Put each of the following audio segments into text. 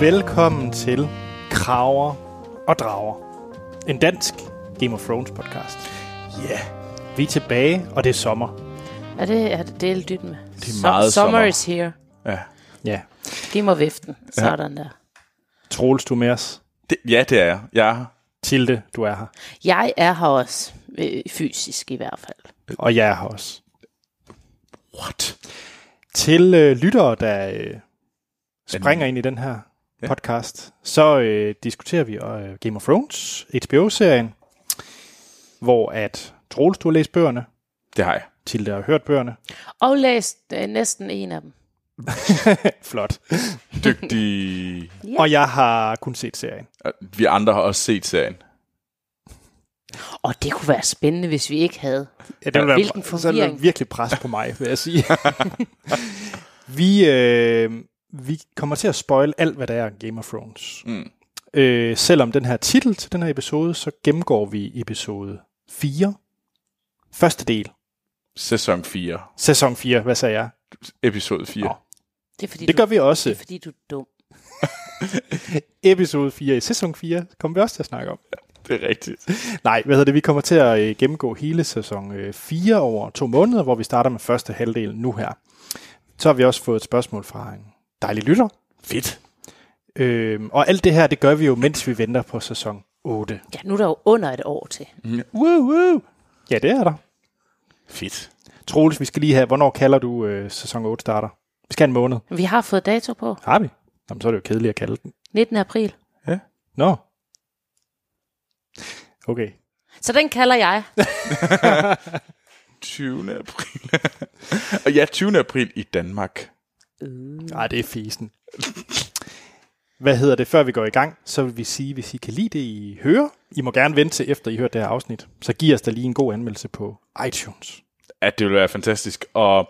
Velkommen til Kraver og Drager. En dansk Game of Thrones podcast. Ja, yeah. Vi er tilbage, og det er sommer. Ja, det er det er dybt med. Det er meget sommer. Summer is here. ja. Ja. Giv mig viften. Sådan der. Troels, du er med os. Det, ja, det er jeg. Jeg er her. Tilde, du er her. Jeg er her også. Øh, fysisk i hvert fald. Og jeg er her også. What? Til øh, lyttere, der øh, springer ind i den her Ja. podcast, så øh, diskuterer vi øh, Game of Thrones, HBO-serien, hvor at Troels, du har læst bøgerne, Det har jeg. Tilde har hørt bøgerne. Og læs øh, næsten en af dem. Flot. Dygtig. Ja. Og jeg har kun set serien. Vi andre har også set serien. Og det kunne være spændende, hvis vi ikke havde. Ja, det vil være, Hvilken så vil være forvirring. virkelig pres på mig, vil jeg sige. vi, øh, vi kommer til at spoil alt, hvad der er Game of Thrones. Mm. Øh, selvom den her titel til den her episode, så gennemgår vi episode 4. Første del. Sæson 4. Sæson 4, hvad sagde jeg? Episode 4. Nå. Oh. Det er fordi, Det du, gør vi det er også. fordi du er dum. Episode 4 i sæson 4 kommer vi også til at snakke om. Det er rigtigt. Nej, hvad hedder det? Vi kommer til at øh, gennemgå hele sæson øh, 4 over to måneder, hvor vi starter med første halvdel nu her. Så har vi også fået et spørgsmål fra en dejlig lytter. Fedt. Øhm, og alt det her, det gør vi jo, mens vi venter på sæson 8. Ja, nu er der jo under et år til. Woo, woo. Ja, det er der. Fedt. Troels, vi skal lige have, hvornår kalder du øh, sæson 8 starter? Vi skal have en måned. Vi har fået dato på. Har vi? Jamen, så er det jo kedeligt at kalde den. 19. april. Nå. Okay. Så den kalder jeg. 20. april. Og ja, 20. april i Danmark. Øh. Nej, Ah, det er fisen. Hvad hedder det, før vi går i gang, så vil vi sige, hvis I kan lide det, I hører, I må gerne vente til efter I hørt det her afsnit, så giv os da lige en god anmeldelse på iTunes. At det vil være fantastisk. Og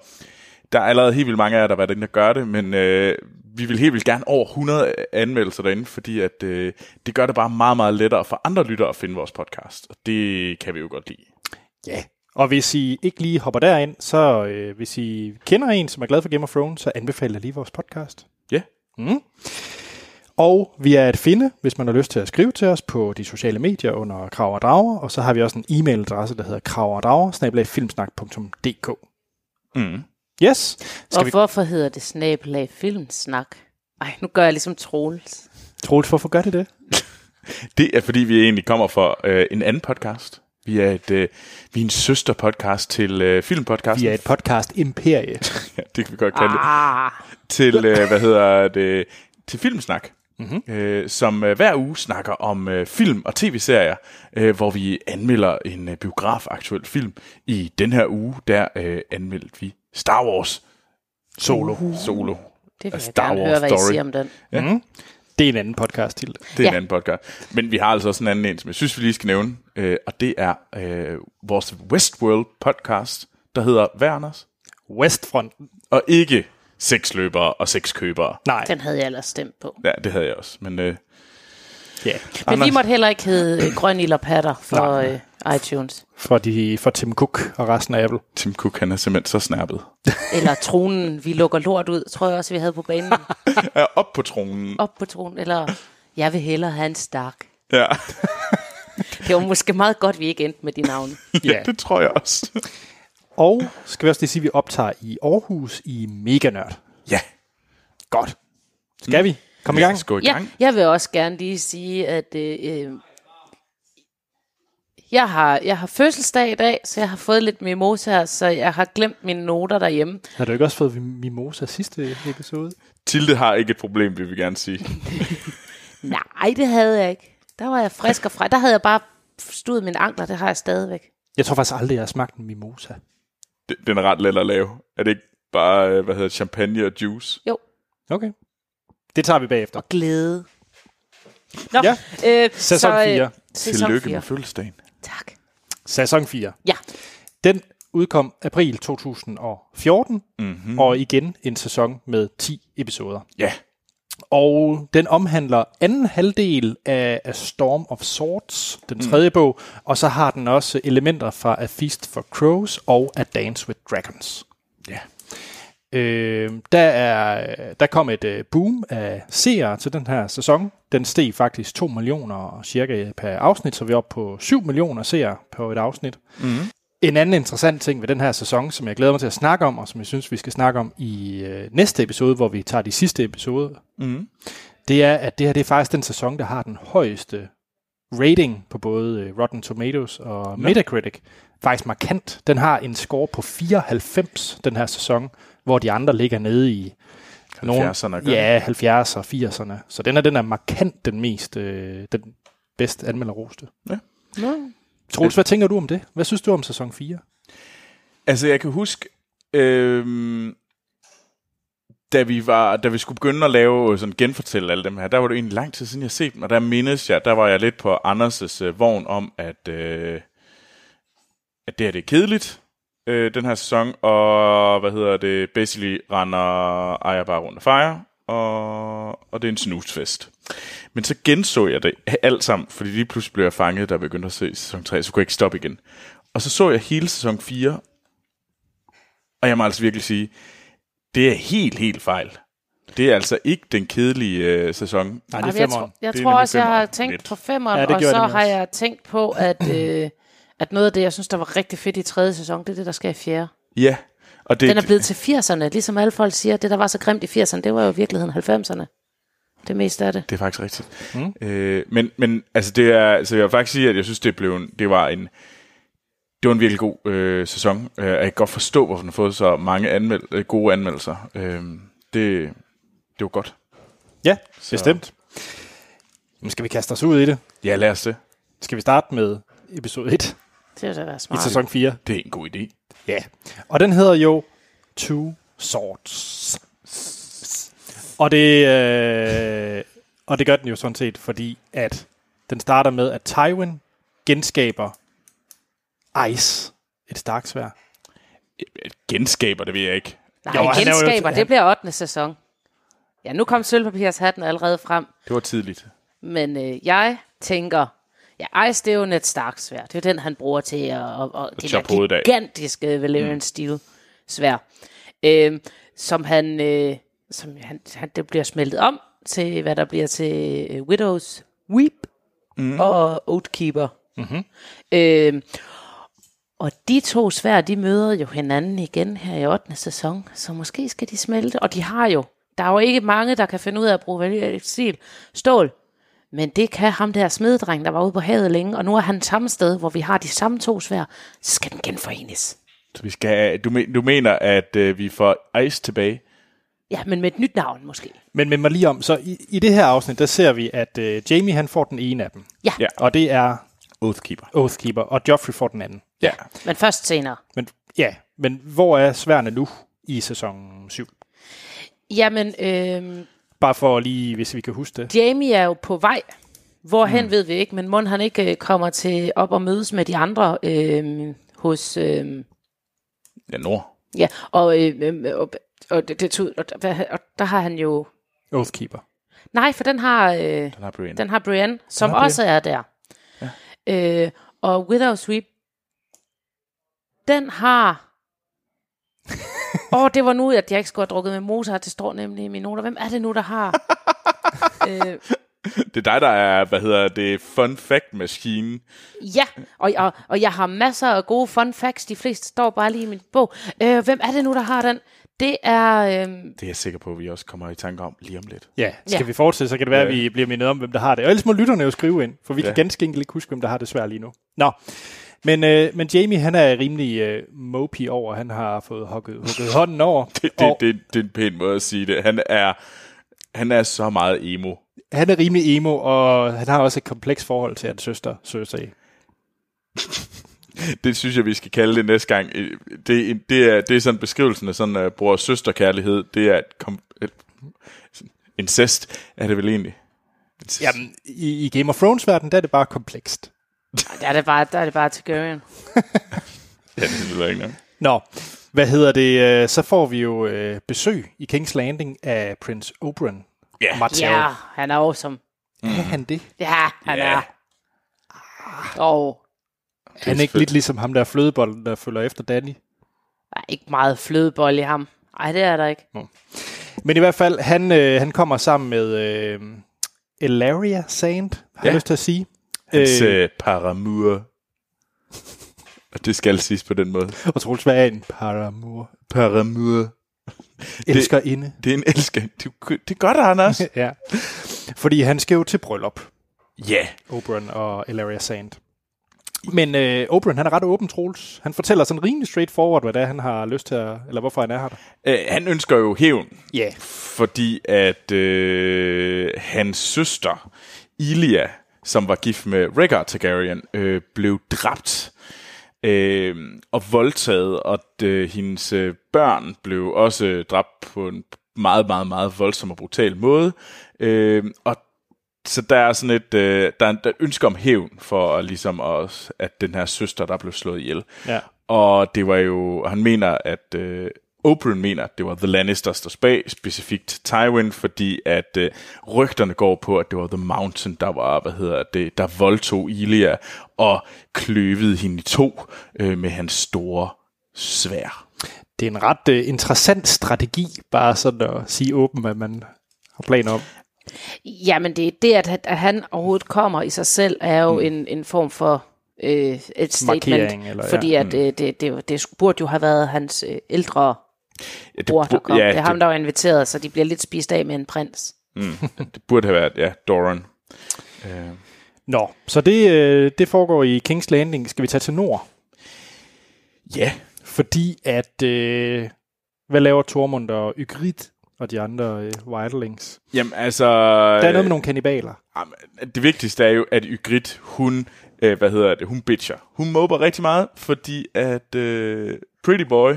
der er allerede helt vildt mange af jer, der har været inde og gøre det, men øh, vi vil helt vildt gerne over 100 anmeldelser derinde, fordi at, øh, det gør det bare meget, meget lettere for andre lyttere at finde vores podcast. Og det kan vi jo godt lide. Ja. Og hvis I ikke lige hopper derind, så øh, hvis I kender en, som er glad for Game of Thrones, så anbefaler lige vores podcast. Ja. Mm. Og vi er at finde, hvis man har lyst til at skrive til os på de sociale medier under Krav og Drager, og så har vi også en e-mailadresse, der hedder kraverdrager-filmsnak.dk. Mm. Yes. Og Skal vi, hvorfor hedder det snabelag filmsnak? Ej, nu gør jeg ligesom Troels. Troels, hvorfor gør det det? Det er fordi, vi egentlig kommer fra øh, en anden podcast. Vi er, et, øh, vi er en søsterpodcast til øh, filmpodcasten. Vi er et podcast imperie. ja, det kan vi godt kalde det. Ah, Til, øh, hvad hedder det, til Filmsnak. Mm-hmm. Øh, som øh, hver uge snakker om øh, film og tv-serier, øh, hvor vi anmelder en øh, biografaktuel film. I den her uge, der øh, anmeldte vi Star Wars Solo. Uhuh. Solo. det A vil jeg Star gerne Wars høre, hvad I story. siger om den. Det er en anden podcast til. Det er ja. en Ja. anden podcast. Men vi har altså også en anden en, som jeg synes, vi lige skal nævne. Øh, og det er øh, vores Westworld podcast, der hedder Werners. Westfronten. Og ikke sexløbere og sexkøbere. Nej. Den havde jeg ellers stemt på. Ja, det havde jeg også. Men øh, Ja. Men Anders- vi måtte heller ikke hedde øh, Grøn Ild og Patter for øh, iTunes. For, de, for Tim Cook og resten af Apple. Tim Cook, han er simpelthen så snappet. Eller tronen, vi lukker lort ud, tror jeg også, vi havde på banen. Er op på tronen. Op på tronen, eller jeg vil hellere have en stark. Ja, Det var måske meget godt, vi ikke endte med de navne. Ja. ja. det tror jeg også. Og skal vi også lige sige, at vi optager i Aarhus i Mega Nørd. Ja, Godt. Skal vi? Kom i lad gang. os gå i Ja, gang. jeg vil også gerne lige sige, at øh, øh, jeg, har, jeg har fødselsdag i dag, så jeg har fået lidt mimosa, så jeg har glemt mine noter derhjemme. Har du ikke også fået mimosa sidste episode? Tilde har ikke et problem, vil vi gerne sige. Nej, det havde jeg ikke. Der var jeg frisk og frej. Der havde jeg bare stået mine ankler, det har jeg stadigvæk. Jeg tror faktisk aldrig, jeg har smagt en mimosa. Det- Den er ret let at lave. Er det ikke bare, øh, hvad hedder det, champagne og juice? Jo, Okay. Det tager vi bagefter. og glæde. Nå, Ja. øh, Sæson så, øh, fire. Sæson Tillykke 4. med fødselsdagen. Tak. Sæson 4. Ja, Den udkom april 2014, Mhm. mm-hmm. og igen en sæson med 10 episoder. Ja, Og den omhandler anden halvdel af A Storm of Swords, den tredje mm. bog, og så har den også elementer fra A Feast for Crows og A Dance with Dragons. ja. Øh, der, er, der kom et øh, boom af seere til den her sæson. Den steg faktisk 2 millioner cirka per afsnit, så vi er oppe på 7 millioner seere på et afsnit. Mm. En anden interessant ting ved den her sæson, som jeg glæder mig til at snakke om, og som jeg synes, vi skal snakke om i øh, næste episode, hvor vi tager de sidste episoder, Mm. det er, at det her det er faktisk den sæson, der har den højeste rating på både øh, Rotten Tomatoes og Metacritic. Faktisk markant. Den har en score på 94 den her sæson, hvor de andre ligger nede i nogle- 70'erne gør ja, 70'erne og 80'erne. Så den er, den er markant den mest, øh, den bedst anmelderroste. Nå. Troels, hvad tænker du om det? Hvad synes du om sæson 4? Altså, jeg kan huske, øh, da, vi var, da vi skulle begynde at lave sådan genfortælle alle dem her, der var det egentlig lang tid siden, jeg set dem, og der mindes jeg, der var jeg lidt på Anders' øh, vogn om, at, øh, at det her det er kedeligt, øh, den her sæson, og hvad hedder det, basically render ejer bare rundt og fejrer, og, og det er en snusfest. Men så genså jeg det alt sammen, fordi lige pludselig blev jeg fanget, da jeg begyndte at se sæson 3, så kunne jeg ikke stoppe igen. Og så så jeg hele sæson 4, og jeg må altså virkelig sige, det er helt, helt fejl. Det er altså ikke den kedelige øh, sæson. Nej, Ej, det men er jeg, femmeren. tror- jeg Det er tror nemlig også, jeg har femmeren. tænkt Lidt. på femmeren, Ja, ja, det og gjorde jeg så nemlig har også. jeg tænkt på, at, øh, at noget af det, jeg synes, der var rigtig fedt i tredje sæson, det er det, der sker i fjerde. Ja, og det Den er blevet til 80'erne, ligesom alle folk siger, det, der var så grimt i 80'erne, det var jo i virkeligheden 90'erne. Det meste af det. Det er faktisk rigtigt. Mm. Øh, men, men altså det er, altså jeg vil faktisk sige, at jeg synes, det, blev en, det var en, det var en virkelig god øh, sæson. Øh, og jeg kan godt forstå, hvorfor den har fået så mange anmeld, øh, gode anmeldelser. Øh, det, det var godt. Ja, så. bestemt. Jamen, skal vi kaste os ud i det? Ja, lad os det. Skal vi starte med episode 1 Det er jo da være i smart. sæson 4? Det er en god idé. Ja. Yeah. Og den hedder jo Two Swords. Og det, øh, og det gør den jo sådan set, fordi at den starter med, at Tywin genskaber Ice, et starkt svær. Genskaber, det ved jeg ikke. Nej, Jo, jo, han er jo- genskaber, han- det bliver 8. sæson. Ja, nu kom sølvpapirshatten allerede frem, Det var tidligt. men øh, jeg tænker, ja, Ice, det er jo net Stark svær. Det er jo den, han bruger til at, at, at det choppe hovedet af. der gigantiske Valyrian mm. Steel svær, øh, som han, øh, som han, han, det bliver smeltet om til, hvad der bliver til øh, Widows Weep mm. og Oathkeeper. Mm-hmm. Øh, og de to svær, de møder jo hinanden igen her i 8. sæson, så måske skal de smelte. Og de har jo, der er jo ikke mange, der kan finde ud af at bruge valgelstil stål. Men det kan ham der smededreng, der var ude på havet længe, og nu er han samme sted, hvor vi har de samme to svær. Så skal den genforenes. Så vi skal, du, men, du mener, at øh, vi får Ice tilbage? Ja, men med et nyt navn måske. Men mind mig lige om, så i, i det her afsnit, der ser vi, at øh, Jamie han får den ene af dem. Ja, Ja. ja. Og det er Oathkeeper. Oathkeeper, og Joffrey får den anden. Ja. men først senere. Men ja, men hvor er sværene nu i sæson 7? Jamen, øh, Bare for lige, hvis vi kan huske det. Jamie er jo på vej. Hvorhen mm. ved vi ikke, men mon han ikke øh, kommer til op og mødes med de andre øh, hos... Øh, Ja, Nord. Ja, og, øh, øh, og, og, det, det tog, og, og, og der har han jo... Oathkeeper. Nej, for den har, øh, Den har Brienne. den har Brienne, som har Brienne. også er der. Ja. Øh, og Widow's Weep, den har... Åh, oh, det var nu, at jeg ikke skulle have drukket med Mozart. Det står nemlig i mine noter. Hvem er det nu, der har? øh, Det er dig, der er, hvad hedder det, fun fact maskine. ja, og, og, og jeg har masser af gode fun facts. De fleste står bare lige i min bog. Øh, hvem er det nu, der har den? Det er... Øh, Det er jeg sikker på, at vi også kommer i tanke om lige om lidt. Ja, skal ja. Ja. vi fortsætte, så kan det være, at Ja. vi bliver mindet om, hvem der har det. Og ellers må lytterne jo skrive ind, for vi ja. Ja. kan ganske enkelt ikke huske, hvem der har det svært lige nu. Nå, men, øh, men Jamie, han er rimelig øh, mopey over, han har fået hugget, hugget hånden over. Det, det, og det, det er en pæn måde at sige det. Han er, han er så meget emo. Han er rimelig emo, og han har også et kompleks forhold til hans søster, Cersei. Det synes jeg, vi skal kalde det næste gang. Øh, Det, er en- det, er, det er sådan beskrivelsen af sådan uh, bror og søsterkærlighed. Det er et kom, et, sådan incest, er det vel egentlig? Incest. Jamen, i, i Game of Thrones-verdenen, der er det bare komplekst. der er det bare, der er det bare Targaryen. Ja, det lyder ikke nok. Nå, hvad hedder det? øh, Så får vi jo øh, besøg i King's Landing af Prince Oberyn. Ja. Martell. Ja, han er awesome. Mm. Er han det? Ja, Ah. han Ja. er. Og Han er ikke lidt ligesom ham der flødebolden, der følger efter Danny. der er ikke meget flødebold i ham. Nej, det er der ikke. Men i hvert fald, han, øh, han kommer sammen med øh, Elaria Sand, har ja. Ja. jeg lyst til at sige. Hans øh, paramour. Og det skal siges på den måde. og Troels, hvad er en paramour? Paramour. Elsker inde. Det er en elsker. Du, det er godt, Anders. ja. Fordi han skal jo til bryllup, Ja. Oberon og Elaria Sand. Men øh, Oberon, han er ret åben, Troels. Han fortæller sådan rimelig straightforward, hvad det er, han har lyst til at, eller hvorfor han er her. Øh, han ønsker jo hævn, Ja. Yeah. fordi at øh, hans søster, Ilia, som var gift med Rhaegar Targaryen, øh, blev dræbt øh, og voldtaget, og øh, hendes øh, børn blev også øh, dræbt på en meget, meget, meget voldsom og brutal måde. Øh, og så der er sådan et, øh, der er en- der er et ønske om hævn for at ligesom også, at den her søster, der blev slået ihjel. Ja. Og det var jo, og han mener, at øh, Oberyn mener, at det var The Lannisters, der bag, specifikt Tywin, fordi at øh, rygterne går på, at det var The Mountain, der var, hvad hedder det, der voldtog Ilia og kløvede hende i to øh, med hans store svær. Det er en ret øh, interessant strategi, bare sådan at sige åben, hvad man har planer om. Jamen, det, det at, at han overhovedet kommer i sig selv, er jo mm. en, en form for øh, et statement. Markering, eller- ja. fordi at, øh, det, det, det burde jo have været hans øh, ældre Ja, bror, der kom. Ja, det er ham, det, der var inviteret, så de bliver lidt spist af med en prins. det burde have været, ja, Doran. Øh. Nå, så det, øh, det foregår i Kings Landing. Skal vi tage til Nord? Ja, Fordi at, øh, hvad laver Tormund og Ygritte og de andre øh, wildlings? jamen altså... Der er noget med nogle kannibaler. Jamen, Det vigtigste er jo, at Ygritte, hun, øh, hvad hedder det, hun bitcher. Hun mobber rigtig meget, fordi at øh, Pretty Boy,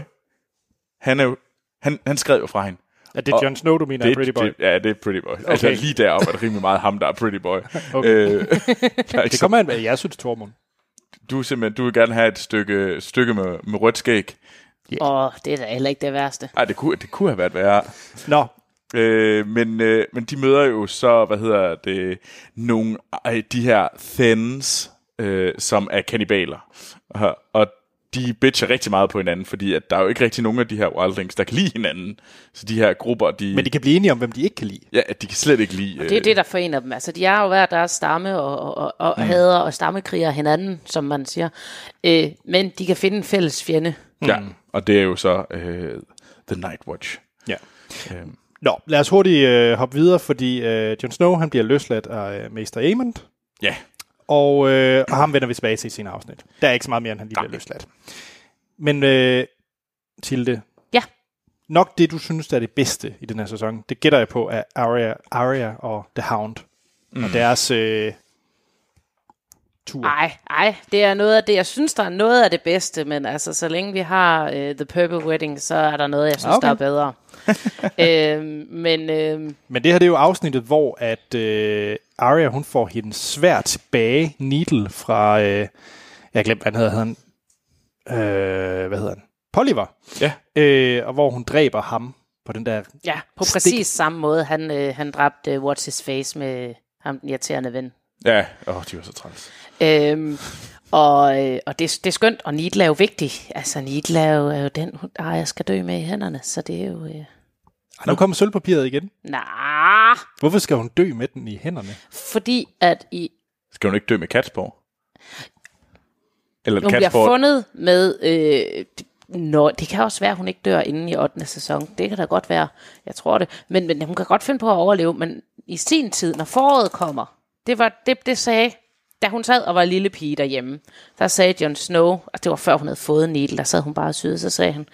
han, er jo, han, han skrev jo fra hende. Er det Jon Snow, du mener, det, Pretty Boy? Det, ja, det er Pretty Boy. Okay. Altså Okay. lige deroppe er det rimelig meget ham, der er Pretty Boy. Okay. Øh, der er ikke det så, kommer an med, jeg synes, Tormund. du, er simpelthen, du vil gerne have et stykke, stykke med, med rødt skæg. Ja. Og det er da heller ikke det værste. Ej, det kunne, det kunne have været værre. Nå, Øh, men, øh, men de møder jo så, hvad hedder det, nogle af de her thens, øh, som er kannibaler. Og, og de bitcher rigtig meget på hinanden, fordi at der er jo ikke rigtig nogen af de her wildlings, der kan lide hinanden. Så de her grupper, de, men de kan blive enige om, hvem de ikke kan lide. ja, de kan slet ikke lide... øh, Det er det, der forener dem. Altså, de er jo hver deres stamme og, og, og, og mm. hader og stammekriger hinanden, som man siger. Øh, men de kan finde en fælles fjende. Ja, Mm. og det er jo så øh, The Night Watch. Ja. Øh, Nå, lad os hurtigt øh, hoppe videre, fordi øh, Jon Snow han bliver løsladt af øh, Mester Aemond, ja, og, øh, og ham vender vi tilbage til i senere afsnit. Der er ikke så meget mere, end han lige bliver løsladt. Men øh, Tilde, Ja, nok det, du synes, der er det bedste i den her sæson, det gætter jeg på, er Arya, Arya og The Hound. Mm. Og deres øh, tur. ej, ej, det er noget af det, jeg synes, der er noget af det bedste, men altså, så længe vi har uh, The Purple Wedding, så er der noget, jeg synes, Okay. okay. der er bedre. øhm, men øhm, Men det her det er jo afsnittet, hvor at øh, Arya hun får hendes svært tilbage, Needle fra, øh, jeg glemte, hvad han hedder, han, øh, hvad hedder han? Polliver. ja. Øh, og hvor hun dræber ham på den der, ja, på Stik. præcis samme måde, han, øh, han dræbte øh, What's His Face med ham, den irriterende ven. Ja, åh, de var så træls. Øhm, og øh, og det, det er skønt, og Nidla er jo vigtig. Altså, Nidla er jo, er jo den, hun, ah, jeg skal dø med i hænderne, så det er jo... Øh, Ej, nu kommer sølvpapiret igen. nah, Hvorfor skal hun dø med den i hænderne? fordi at I, Skal hun ikke dø med Katsborg? Eller hun bliver Katsborg... fundet med... Øh, Nå, det kan også være, at hun ikke dør inden i 8. sæson. Det kan da godt være. Jeg tror det. Men, men hun kan godt finde på at overleve. Men i sin tid, når foråret kommer, det var det, det sagde, da hun sad og var lille pige derhjemme, der sagde Jon Snow, og det var før hun havde fået Needle, der sad hun bare og syede, så sagde han,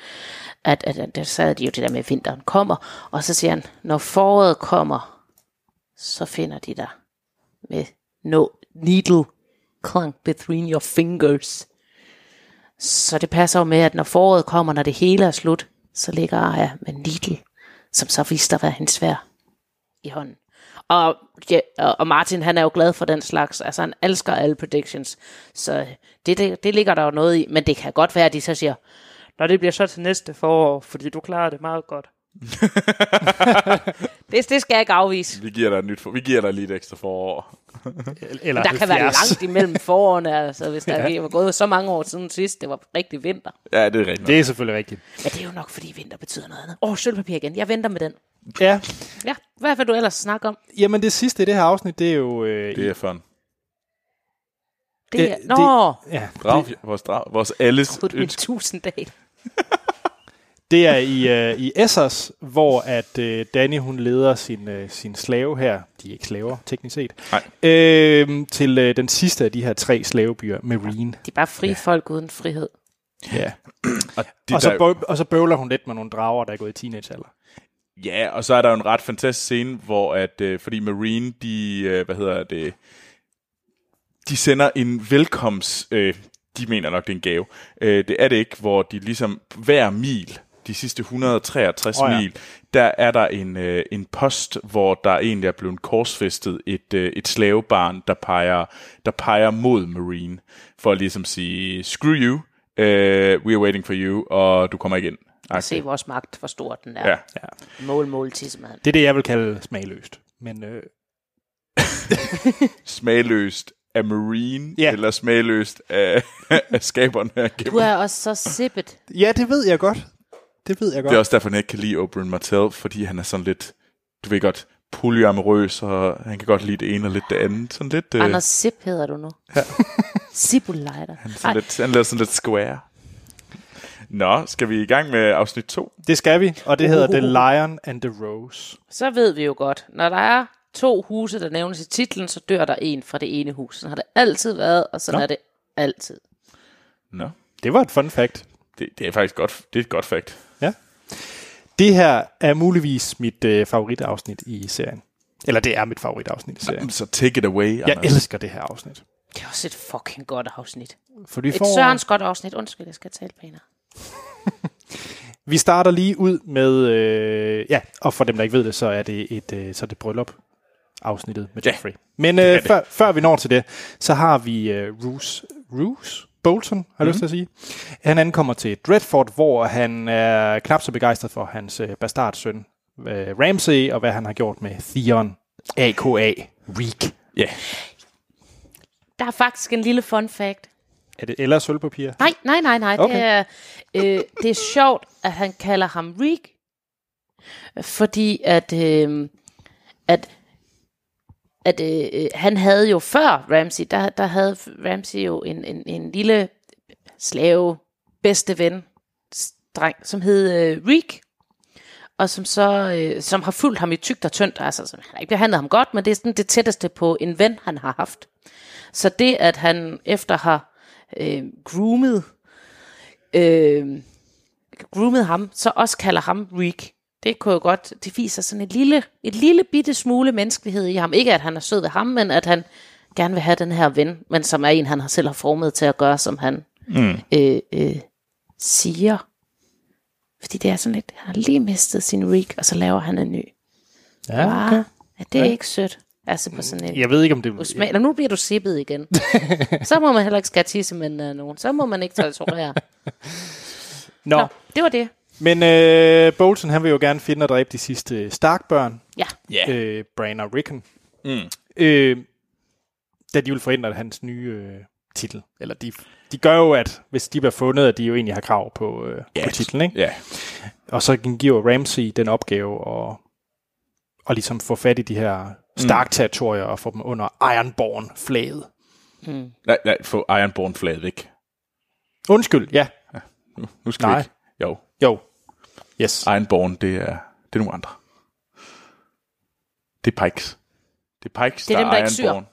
at, at, at der sad de jo det der med, at vinteren kommer, og så siger han, når foråret kommer, så finder de dig med no needle clunk between your fingers. Så det passer jo med, at når foråret kommer, når det hele er slut, så ligger Arya med needle, som så viste at være hendes svær i hånden. Og, ja, og og Martin, han er jo glad for den slags. Altså, han elsker alle predictions. Så det, det, det ligger der jo noget i. Men det kan godt være, at de så siger, når det bliver så til næste forår, fordi du klarer det meget godt. Hvis det skal jeg ikke afvise. Vi giver dig, et nyt for, vi giver dig lige et ekstra forår. Eller Der kan være 70. langt imellem forårene, altså, hvis der Ja. ja. var gået så mange år siden sidst, det var rigtig vinter. Ja, det er rigtigt. Det er selvfølgelig rigtigt. Men det er jo nok, fordi vinter betyder noget andet. Åh, oh, sølvpapir igen. Jeg venter med den. Ja, Ja, hvad vil du ellers snakke om? jamen det sidste i det her afsnit, det er jo... Øh, Det er fun. Det er... Øh, det- Nå, Ja, Drag, vores, drag, vores alles det... min ønske. tusind dag. det er i, øh, i Essos, hvor at øh, Danny hun leder sin, øh, sin slave her, de er ikke slaver teknisk set, Nej. øh, til øh, den sidste af de her tre slavebyer, Marine. De er bare frie ja. folk uden frihed. Ja. Og, de, Og, så der, bøv, og så bøvler hun lidt med nogle drager, der er gået i teenagealder. Ja, og så er der jo en ret fantastisk scene, hvor at, øh, fordi Marine, de, øh, hvad hedder det, de sender en velkomst, øh, de mener nok, det er en gave. Øh, det er det ikke, hvor de ligesom hver mil, de sidste 163 Åh oh, ja. ja. mil, der er der en, øh, en post, hvor der egentlig er blevet korsfæstet et, øh, et slavebarn, der peger, der peger mod Marine, for at ligesom sige, screw you, øh, we are waiting for you, og du kommer ikke ind. Se Okay. vores magt, hvor stor den er. Ja. Ja. Mål, mål, tissemand. Det er det, jeg vil kalde smagløst. Men øh, smagløst af Marine, Ja. ja. eller smagløst af, af skaberne her Du gennem. er også så sippet. ja, det ved jeg godt. Det ved jeg godt. Det er også derfor, han ikke kan lide Oberyn Martell, fordi han er sådan lidt, du ved godt, polyamorøs, og han kan godt lide det ene og lidt det andet. Sådan lidt, øh, Anders Sip hedder du nu. Ja. Sipulejder. sådan lidt, han lader sådan lidt square. Nå, skal vi i gang med afsnit 2? Det skal vi, og det hedder The Lion and the Rose. Så ved vi jo godt, når der er to huse, der nævnes i titlen, så dør der en fra det ene hus. Sådan har det altid været, og sådan Nå. Nå. er det altid. Nå, Det var et fun fact. det, det er faktisk godt, det er et godt fakt. Ja. Det her er muligvis mit øh, favoritafsnit i serien. Eller det er mit favoritafsnit i serien. Så take it away, Jeg Anders. elsker det her afsnit. Det er også et fucking godt afsnit. For vi, Et får, sørens godt afsnit. Undskyld, jeg skal tale pænere. vi starter lige ud med... Øh, ja, og for dem, der ikke ved det, så er det et øh, så er det bryllup afsnittet med Ja, Jeffrey. Men øh, før, før vi når til det, så har vi øh, Roose, Roose Bolton, har jeg mm-hmm. lyst til at sige. Han ankommer til Dreadfort, hvor han er knap så begejstret for hans øh, bastardsøn øh, Ramsay, og hvad han har gjort med Theon, a.k.a. Reek. Ja, Der er faktisk en lille fun fact. Er det eller sølvpapir? Nej, nej, nej, nej. Okay. Okay. Det, er, øh, det er sjovt, at han kalder ham Reek. Fordi at, øh, at, at øh, han havde jo før Ramsey, der, der havde Ramsey jo en, en, en lille slave, bedste ven, dreng, som hed øh, Reek. Og som så øh, som har fulgt ham i tygt og tyndt. Altså, som, han har ikke behandlet ham godt, men det er sådan det tætteste på en ven, han har haft. Så det, at han efter har øh, groomet, øh, groomet ham, så også kalder ham Reek. Det kunne jo godt, det viser sådan et lille, et lille bitte smule menneskelighed i ham. Ikke at han er sød ved ham, men at han gerne vil have den her ven, men som er en, han har selv har formet til at gøre, som han mm. øh, øh, siger. Fordi det er sådan lidt, han har lige mistet sin Reek, og så laver han en ny. Ja, Ah, er det ikke sødt? Altså på sådan en Jeg ved ikke, om det... Usman, Nå, nu bliver du sippet igen. så må man heller ikke skære tissemænd af øh, nogen. Så må man ikke tolerere. Nå, Nå, det var det. men øh, Bolton, han vil jo gerne finde og dræbe de sidste Stark-børn, Ja, ja. øh, Bran og Rickon. Mm. Øh, da de vil forhindre hans nye øh, titel. Eller de, de gør jo, at hvis de bliver fundet, at de jo egentlig har krav på, øh, Ja. på titlen. Ikke? Ja, Og så giver Ramsey den opgave at, at ligesom få fat i de her Mm. Stark-territorier og få dem under Ironborn-flaget. nej, nej, få Ironborn-flaget væk. Undskyld, ja. Nu, nu skal Nej. vi ikke. Jo, Jo. Yes. Ironborn, det er, det er nogle andre. Det er Pikes. Det er Pikes, Det er der dem, der er ikke syr. Ironborn.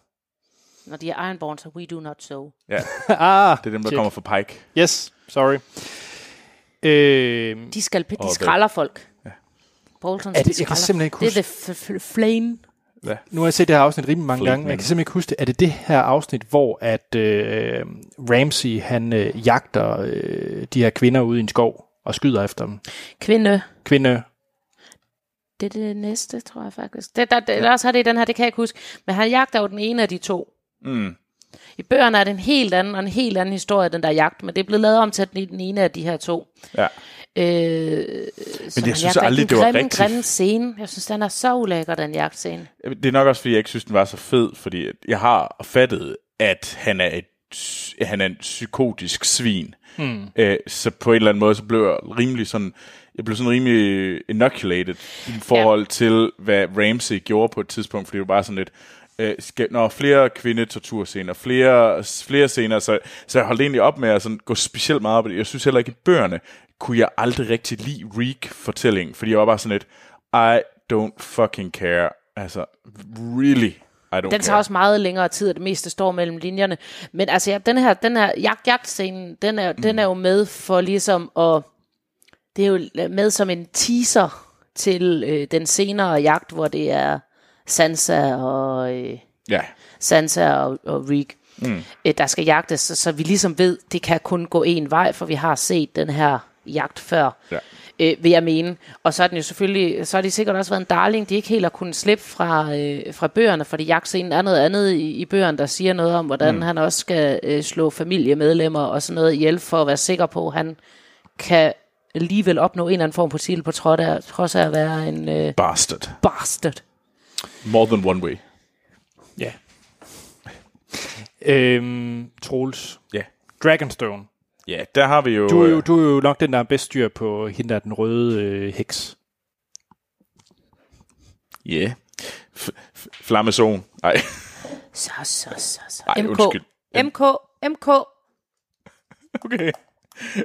når de er Ironborn, så we do not so. Ja, ah, det er dem, der Check. kommer fra Pike. yes. Sorry. Øh, De, skal, de Og hvad? skralder folk. Ja. Bolton, Er det- de jeg kan skralder. simpelthen ikke Det er the f- f- flame. Ja. Nu har jeg set det her afsnit rimelig mange Flint gange, men jeg Man. kan simpelthen ikke huske det. Er det det her afsnit, hvor at øh, Ramsey han øh, jagter øh, de her kvinder ude i en skov og skyder efter dem? Kvinde. Kvinde, Det er det næste, tror jeg faktisk. Det, der, der, ellers har det i den her, det kan jeg ikke huske. Men han jagter jo den ene af de to. Mm. I bøgerne er det en helt anden og en helt anden historie, den der jagt, men det er blevet lavet om til at den den ene af de her to. Ja. Øh, Men jeg synes aldrig, det var grimme, rigtig- grimme scene. Jeg synes, den er så ulækker, den jagtscene. Det er nok også, fordi jeg ikke synes, den var så fed, fordi at jeg har fattet, at han er et han er en psykotisk svin. Mm. Æ, så på en eller anden måde, så blev jeg rimelig sådan, jeg blev sådan rimelig inoculated i forhold ja. til, hvad Ramsey gjorde på et tidspunkt, fordi det var bare sådan lidt, øh, skal, når flere kvindetorturscener, flere, flere scener, så, så jeg holdt egentlig op med at sådan gå specielt meget op i det. Jeg synes heller ikke, i bøgerne kunne jeg aldrig rigtig lide Reek-fortællingen, fordi jeg var bare sådan lidt, I don't fucking care. Altså, really, I don't Den care. tager også meget længere tid, og det meste står mellem linjerne. Men altså, ja, den her, den her jagt, jagtscenen, den er, mm. den er jo med for ligesom at... Det er jo med som en teaser til øh, den senere jagt, hvor det er Sansa og... Øh, Ja, Sansa og, og Reek, mm. øh, der skal jagtes, så, så vi ligesom ved, det kan kun gå en vej, for vi har set den her jagt før, Ja. øh, vil jeg mene. Og så er den jo selvfølgelig, så har de sikkert også været en darling, de ikke helt har kunnet slippe fra, øh, fra bøgerne, fordi jagtscenen er noget andet i, i bøgerne, der siger noget om, hvordan mm. han også skal øh, slå familiemedlemmer og sådan noget ihjel, for at være sikker på, at han kan alligevel opnå en eller anden form for titel, på trods af, trods af at være en øh, bastard. bastard. More than one way. Ja. Øhm, Troels. Ja. Dragonstone. Ja, der har vi jo... Du er, jo, øh, du er jo nok den, der er bedst styr på hende, der er den røde øh, heks. Ja. F- f- Flammezone. Nej, Så, så, så, så. Ej, MK. undskyld. MK, MK, okay.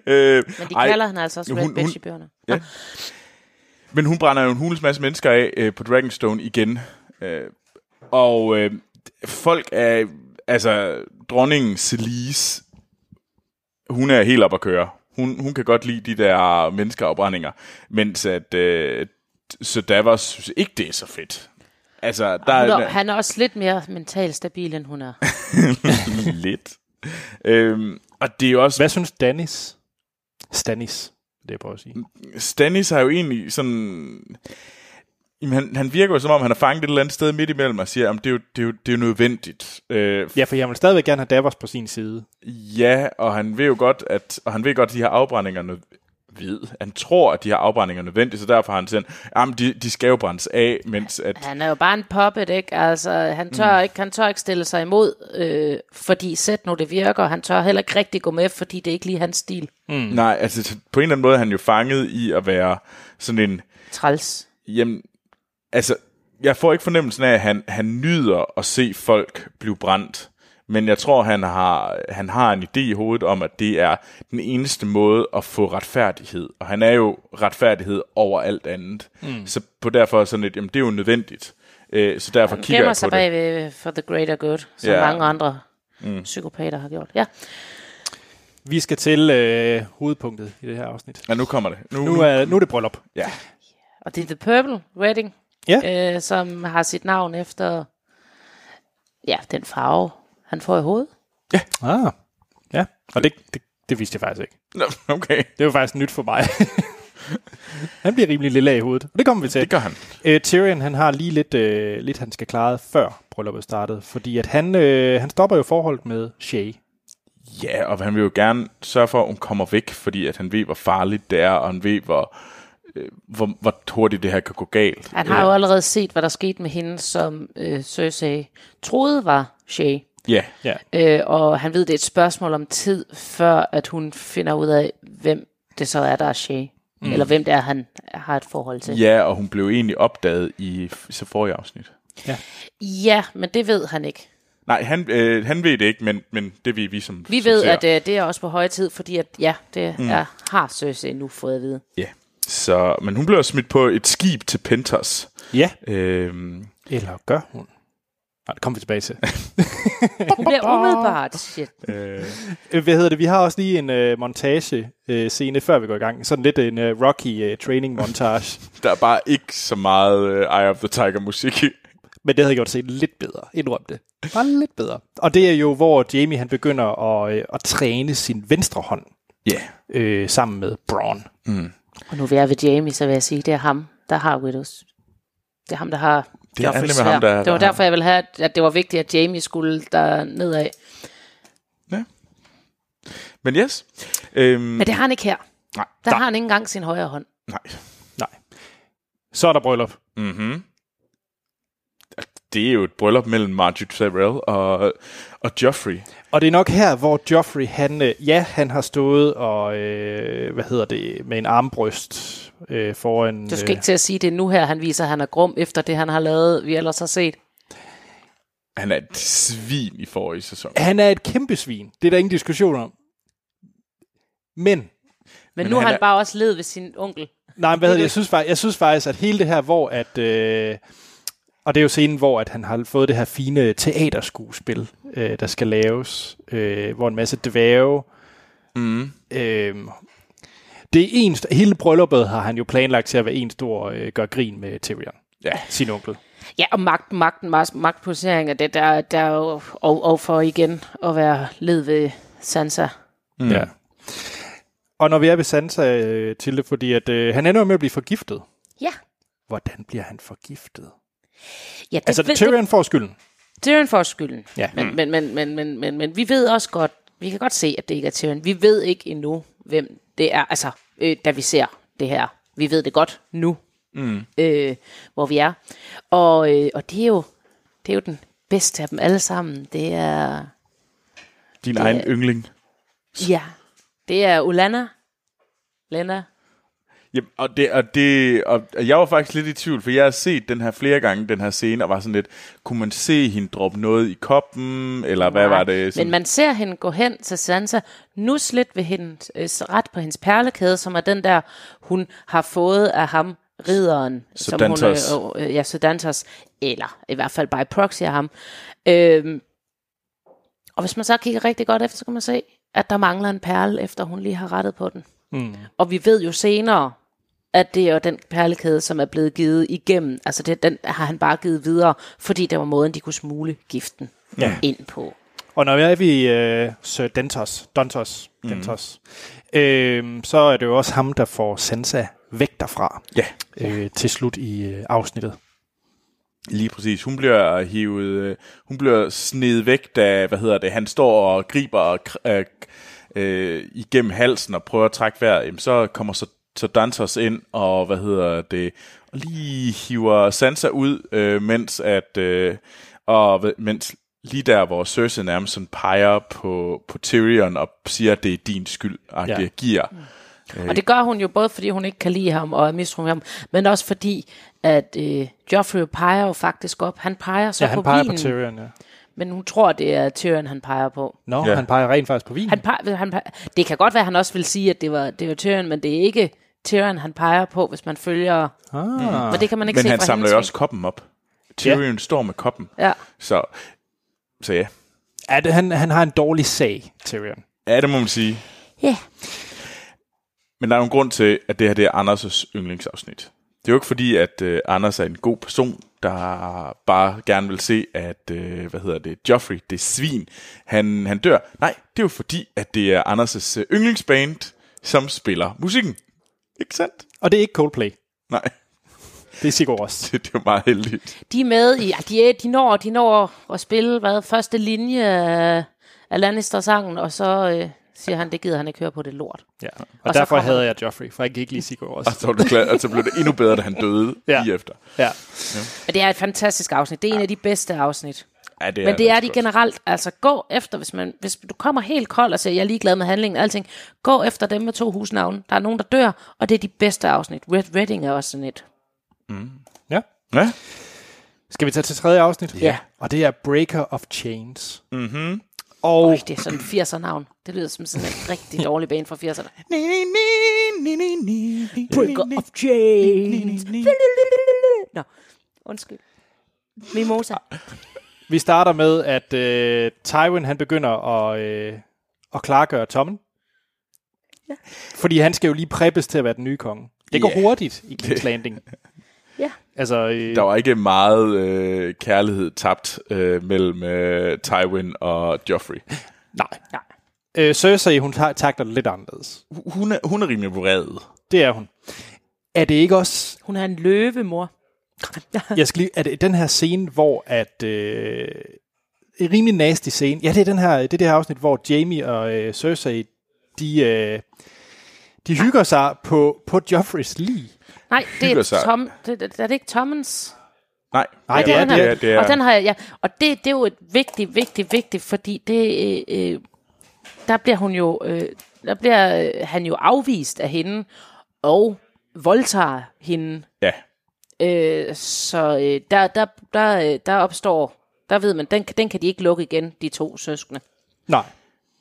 Øh, men de ej, kalder hende altså også hun- Red hun- Bitch i bøgerne. men hun brænder jo en hulens masse mennesker af øh, på Dragonstone igen. Øh, og øh, folk er... Altså, dronningen Celise, hun er helt op at køre. Hun, hun kan godt lide de der menneskeafbrændinger, mens at... Øh, så Davos synes ikke, det er så fedt. Altså, der, Hun er- er, han er også lidt mere mentalt stabil, end hun er. Lidt. Øhm, og det er jo også... Hvad synes Danis? Stanis, det jeg prøver at sige. Stannis har jo egentlig sådan... Jamen, han, han virker jo som om, han er fanget et eller andet sted midt imellem og siger, at det, er jo- det, er jo- det er jo nødvendigt. Øh, Ja, for jeg vil stadigvæk gerne have Davos på sin side. ja, og han ved jo godt, at, og han ved godt, at de her afbrændinger er nød- ved. Han tror, at de her afbrændinger er nødvendige, så derfor har han sådan, jamen, de, de skal jo brændes af, mens at... Han er jo bare en puppet, ikke? Altså, han tør, mm. ikke, han tør ikke stille sig imod, øh, fordi sæt nu det virker. Han tør heller ikke rigtig gå med, fordi det er ikke lige hans stil. Mm. Nej, altså, på en eller anden måde er han jo fanget i at være sådan en... Træls. Jamen, altså, jeg får ikke fornemmelsen af, at han, han nyder at se folk blive brændt. Men jeg tror, han har, han har en idé i hovedet om, at det er den eneste måde at få retfærdighed. Og han er jo retfærdighed over alt andet. Mm. Så på derfor er sådan et, jamen det er jo nødvendigt. Øh, så derfor Han kigger gemmer jeg på sig det. bag ved for the greater good, som Ja. yeah. mange andre mm. psykopater har gjort. Ja. Vi skal til øh, hovedpunktet i det her afsnit. Ja, nu kommer det. Nu, Nu er, nu er det bryllup. ja. Og det er The Purple Wedding, Ja. øh, som har sit navn efter ja, den farve, han får i hovedet. Ah, ja. Og det, det, det vidste jeg faktisk ikke. Nå, okay, Det var faktisk nyt for mig. han bliver rimelig lille af i hovedet. Og det kommer vi til. det gør han. Øh, Tyrion, han har lige lidt, øh, lidt, han skal klare, før brylluppet startede. Fordi at han, øh, han stopper jo forholdet med Shay. Ja, og han vil jo gerne sørge for, at hun kommer væk, fordi at han ved, hvor farligt det er, og han ved, hvor, øh, hvor, hvor hurtigt det her kan gå galt. Han har jo allerede set, hvad der skete med hende, som øh, Cersei troede var Shay. Ja, Ja. Øh, og han ved, det er et spørgsmål om tid, før at hun finder ud af, hvem det så er, der er Shay. Mm. Eller hvem det er, han har et forhold til. ja, og hun blev egentlig opdaget i f- så forrige afsnit. Ja, men det ved han ikke. Nej, han, øh, han ved det ikke, men, men det ved vi som Vi som ved, ser. at øh, det er også på høje tid, fordi at, ja, det mm. er, har Cersei nu fået at vide. Ja. øh, Så, men hun blev smidt på et skib til Pentos. Ja. Øhm, Eller gør hun? Nej, det kommer vi tilbage til. Hun bliver umiddelbart, shit, øh, Øh, Hvad hedder det? Vi har også lige en øh, montage øh, scene, før vi går i gang. Sådan lidt en øh, Rocky øh, training montage. der er bare ikke så meget øh, Eye of the Tiger-musik i. Men det havde gjort scenen lidt bedre. Indrøm det. Bare lidt bedre. Og det er jo, hvor Jamie han begynder at, øh, at træne sin venstre hånd Ja. Mm. øh, sammen med Braun. Og nu vil jeg ved Jamie, så vil jeg sige, det er ham, der har Widows. Det er ham, der har Det er Joffreys nemlig ham, sværd. der- Det var der har- derfor, jeg ville have, at det var vigtigt, at Jamie skulle der Mm. nedad. Men yes. Øhm, Men det har han ikke her. Nej. Der har han ikke engang sin højre hånd. Nej. Nej. Så er der bryllup. Mm-hmm. Det er jo et bryllup mellem Marjorie Tyrell og, og Joffrey. Og det er nok her, hvor Joffrey, han, øh, ja, han har stået og, øh, hvad hedder det, med en armbryst øh, foran... Du skal ikke til at sige det nu her. Han viser, at han er grum efter det, han har lavet, vi ellers har set. Han er et svin i forrige sæson. Øh, han er et kæmpe svin. Det er der ingen diskussion om. Men, Men, Men Men nu han har han er- bare også levet ved sin onkel. nej, hvad hedder det, jeg synes, faktisk, jeg synes faktisk, at hele det her, hvor at... Øh, og det er jo scenen, hvor at han har fået det her fine teaterskuespil, øh, der skal laves, øh, hvor en masse dværge Mm. Øhm, det er en, st- hele brylluppet har han jo planlagt til at være en stor øh, gør grin med Tyrion, Ja. sin onkel. Ja, og magt, magten, magt, magtposition, og det der, der er jo og, og for igen at være led ved Sansa. Mm. Ja. Og når vi er ved Sansa, øh, Tilde, fordi at, øh, han ender jo med at blive forgiftet. Ja. Hvordan bliver han forgiftet? Altså, Ja, det Altså, ved- Tyrion får skylden. Tyrion får skylden. Ja. Men, men, men, men, men, men, men vi ved også godt, vi kan godt se, at det ikke er Tyrion. Vi ved ikke endnu, hvem det er, altså, øh, da vi ser det her. Vi ved det godt nu, mm. øh, hvor vi er. Og, øh, og det, er jo, det er jo den bedste af dem alle sammen. Det er, Din det... egen yndling. ja, det er Olana. Lena. Jamen, og, det, og, det, og og jeg var faktisk lidt i tvivl, for jeg har set den her flere gange, den her scene, og var sådan lidt, kunne man se hende droppe noget i koppen, eller hvad var det? Men man ser hende gå hen til Sansa, nus lidt ved hendes, øh, ret på hendes perlekæde, som er den der, hun har fået af ham, ridderen. Sedantos. Som hun, øh, øh, ja, Sedantos. Eller i hvert fald by proxy af ham. Øhm, og hvis man så kigger rigtig godt efter, så kan man se, at der mangler en perle, efter hun lige har rettet på den. Mm. Hmm. Og vi ved jo senere, at det er jo den perlekæde, som er blevet givet igennem. Altså det, den har han bare givet videre, fordi det var måden, de kunne smule giften Ja. ind på. Og når vi er ved øh, Sir Dantos, Dantos, Dantos mm. øh, så er det jo også ham, der får Sansa væk derfra Ja, øh, til slut i øh, afsnittet. lige præcis. Hun bliver hivet, øh, hun bliver snedet væk, da, hvad hedder det, han står og griber og, kr- øh, øh, igennem halsen og prøver at trække vejret, jamen, så kommer så, så Dantos ind, og hvad hedder det, og lige hiver Sansa ud, øh, mens at, øh, og ved- mens lige der, hvor Cersei nærmest sådan peger på, på Tyrion og siger, at det er din skyld, og Ja. ja. giver. Og det gør hun jo både, fordi hun ikke kan lide ham og er mistroende ham, men også fordi, at øh, Joffrey peger jo faktisk op. Han peger så Ja, han på peger vinen, på Tyrion, ja. men hun tror, det er Tyrion, han peger på. Nå, ja. Ja. han peger rent faktisk på vinen. Han peger, han peger, det kan godt være, at han også vil sige, at det var, det var Tyrion, men det er ikke Tyrion, han peger på, hvis man følger... ah. Og det kan man ikke Men se han fra samler hendes jo også koppen op. Tyrion står med koppen. vinkel. Ja. Så, så ja. Ja, det, han, han har en dårlig sag, Tyrion. Ja, det må man sige. Ja. Men der er jo en grund til, at det her det er Anders' yndlingsafsnit. Det er jo ikke fordi, at øh, Anders er en god person, der bare gerne vil se, at, øh, hvad hedder det, Joffrey, det svin, han, han dør. Nej, det er jo fordi, at det er Anders' øh, yndlingsband, som spiller musikken. Ikke sandt? Og det er ikke Coldplay. Nej, Det er Sigur Rós. det, det er jo meget heldigt. De er med i... ja, De, er, de, når, de når at spille hvad, første linje af, af Lannister-sangen, og så øh, siger han, det gider han ikke høre på det lort. Ja. Og, Og og så derfor kommer- havde jeg Joffrey, for jeg kan ikke lide Sigur Og Rós. så, var det klart, og så blev det endnu bedre, da han døde Ja. ja. lige efter. Ja. Men det er et fantastisk afsnit. Det er en af de bedste afsnit. Ja, det Men det er rigtig de godt. generelt. Altså gå efter, hvis, man, hvis du kommer helt kold og siger, jeg er ligeglad med handlingen og alting, gå efter dem med to husnavne. Der er nogen, der dør, og det er de bedste afsnit. Red Redding er også sådan et. ja. Ja, Skal vi tage til tredje afsnit? Ja. Og det er Breaker of Chains. Mm-hmm. Og Det er sådan 80'er navn. Det lyder som sådan en rigtig dårlig bane fra 80'erne. Breaker of Chains. Nå, undskyld. Mimosa. vi starter med, at øh, Tywin han begynder at, øh, at klargøre tommen. Ja. Fordi han skal jo lige preppes til at være den nye konge. Det går Ja. hurtigt i King's Landing. Ja. Altså, øh, Der var ikke meget øh, kærlighed tabt øh, mellem øh, Tywin og Joffrey. nej. Nej. Øh, Cersei, hun ta- takler det lidt anderledes. Hun er, hun er rimelig vred. Det er hun. Er det ikke også Hun er en løve, mor. Jeg skal lige, er det den her scene, hvor at... Øh, en rimelig nasty scene. Ja, det er, den her, det er det her afsnit, hvor Jamie og øh, Cersei, de, øh, De hygger sig på, på Joffreys lige. Nej, det Hygger er, sig. Tom, det, det, er det ikke Tommens? Nej, Nej, det, er, den det, er, her. det, er, Og den har jeg, ja. Og det, det er jo et vigtigt, vigtigt, vigtigt, fordi det, øh, øh, der bliver hun jo, øh, der bliver øh, han jo afvist af hende og voldtager hende. ja. Øh, så øh, der, der, der, øh, der opstår, der ved man, den, kan- den kan de ikke lukke igen, de to søskende. Nej.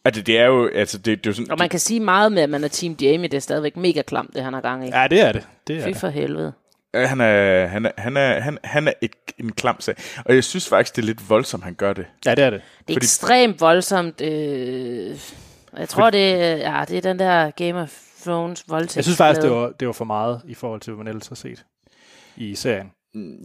Altså, det er jo, altså, det, det er jo sådan, Og man kan sige meget med, at man er Team Jamie, det er stadigvæk mega klamt, det han har gang i. Ja, det er det. det, er Fy det. for helvede. Øh, Han er, han er, han er, han, han er et, en klam sag. Og jeg synes faktisk, det er lidt voldsomt, han gør det. Ja, det er det. Det er Fordi- Fordi... ekstremt voldsomt. Øh... og Jeg tror, det, er- ja, det er den der Game of Thrones voldtægt. Jeg synes faktisk, det var, det var for meget i forhold til, hvad man ellers har set i serien.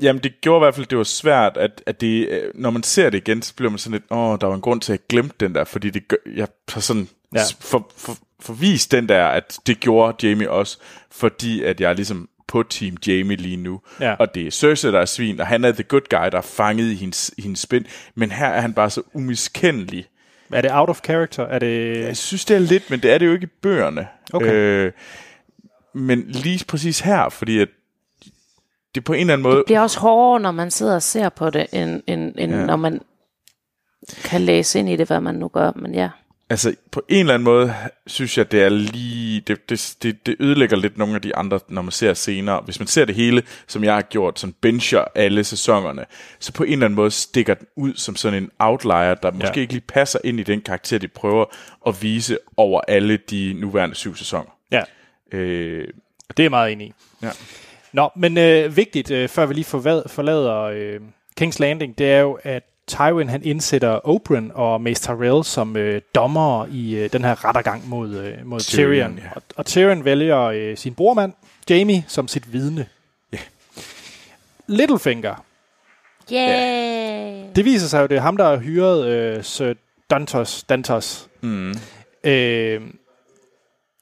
Jamen, det gjorde i hvert fald, det var svært, at, at det, øh, når man ser det igen, så bliver man sådan lidt, åh, der var en grund til, at jeg glemte den der, fordi det gør, jeg har sådan Ja. ja. for, for, forvist den der, at det gjorde Jamie også, fordi at jeg er ligesom på Team Jamie lige nu. Ja. Og det er Cersei, der er svin, og han er the good guy, der er fanget i hendes, hendes spind. Men her er han bare så umiskendelig. Er det out of character? Er det... Jeg synes, det er lidt, men det er det jo ikke i bøgerne. Okay. Øh, men lige præcis her, fordi at det på en eller anden måde... Det bliver også hårdere, når man sidder og ser på det, end, end, end ja. når man kan læse ind i det, hvad man nu gør. Men ja, Altså, på en eller anden måde synes jeg, det er lige... Det, det, det, det ødelægger lidt nogle af de andre, når man ser senere. Hvis man ser det hele, som jeg har gjort, som bencher alle sæsonerne, så på en eller anden måde stikker den ud som sådan en outlier, der måske ikke lige passer ind i den karakter, de prøver at vise over alle de nuværende syv sæsoner. Ja, Øh, det er jeg meget enig i. ja. Nå, men øh, vigtigt, øh, før vi lige forvad, forlader øh, King's Landing, det er jo, at Tywin han indsætter Oberyn og Mace Tyrell som øh, dommer i øh, den her rettergang mod, øh, mod Tyrion. Tyrion Tyrion, ja. og, og Tyrion vælger øh, sin brormand, Jamie, som sit vidne. Ja. Littlefinger. yeah. Det viser sig jo, det er ham, der har hyret øh, Sir Dantos. Dantos. Mm. Øh,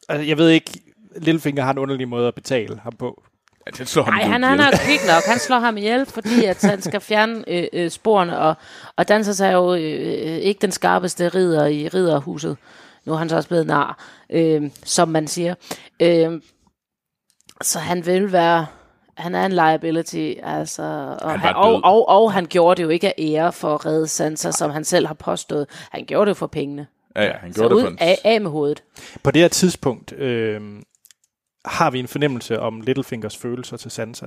altså, jeg ved ikke, Littlefinger har en underlig måde at betale ham på. Ja, det slår ham Nej, jo han, ihjel. han er kvik nok. Han slår ham ihjel, fordi at han skal fjerne øh, øh, sporene. Og, og danser sig jo øh, øh, ikke den skarpeste ridder i ridderhuset. Nu er han så også blevet nar, øh, som man siger. Øh, så han vil være... Han er en liability, altså, og, Han han, var og, død. og, og han gjorde det jo ikke af ære for at redde Sansa, som han selv har påstået. Han gjorde det jo for pengene. Ja, ja, han Så gjorde det ud for en... af, af med hovedet. På det her tidspunkt øh, har vi en fornemmelse om Littlefingers følelser til Sansa.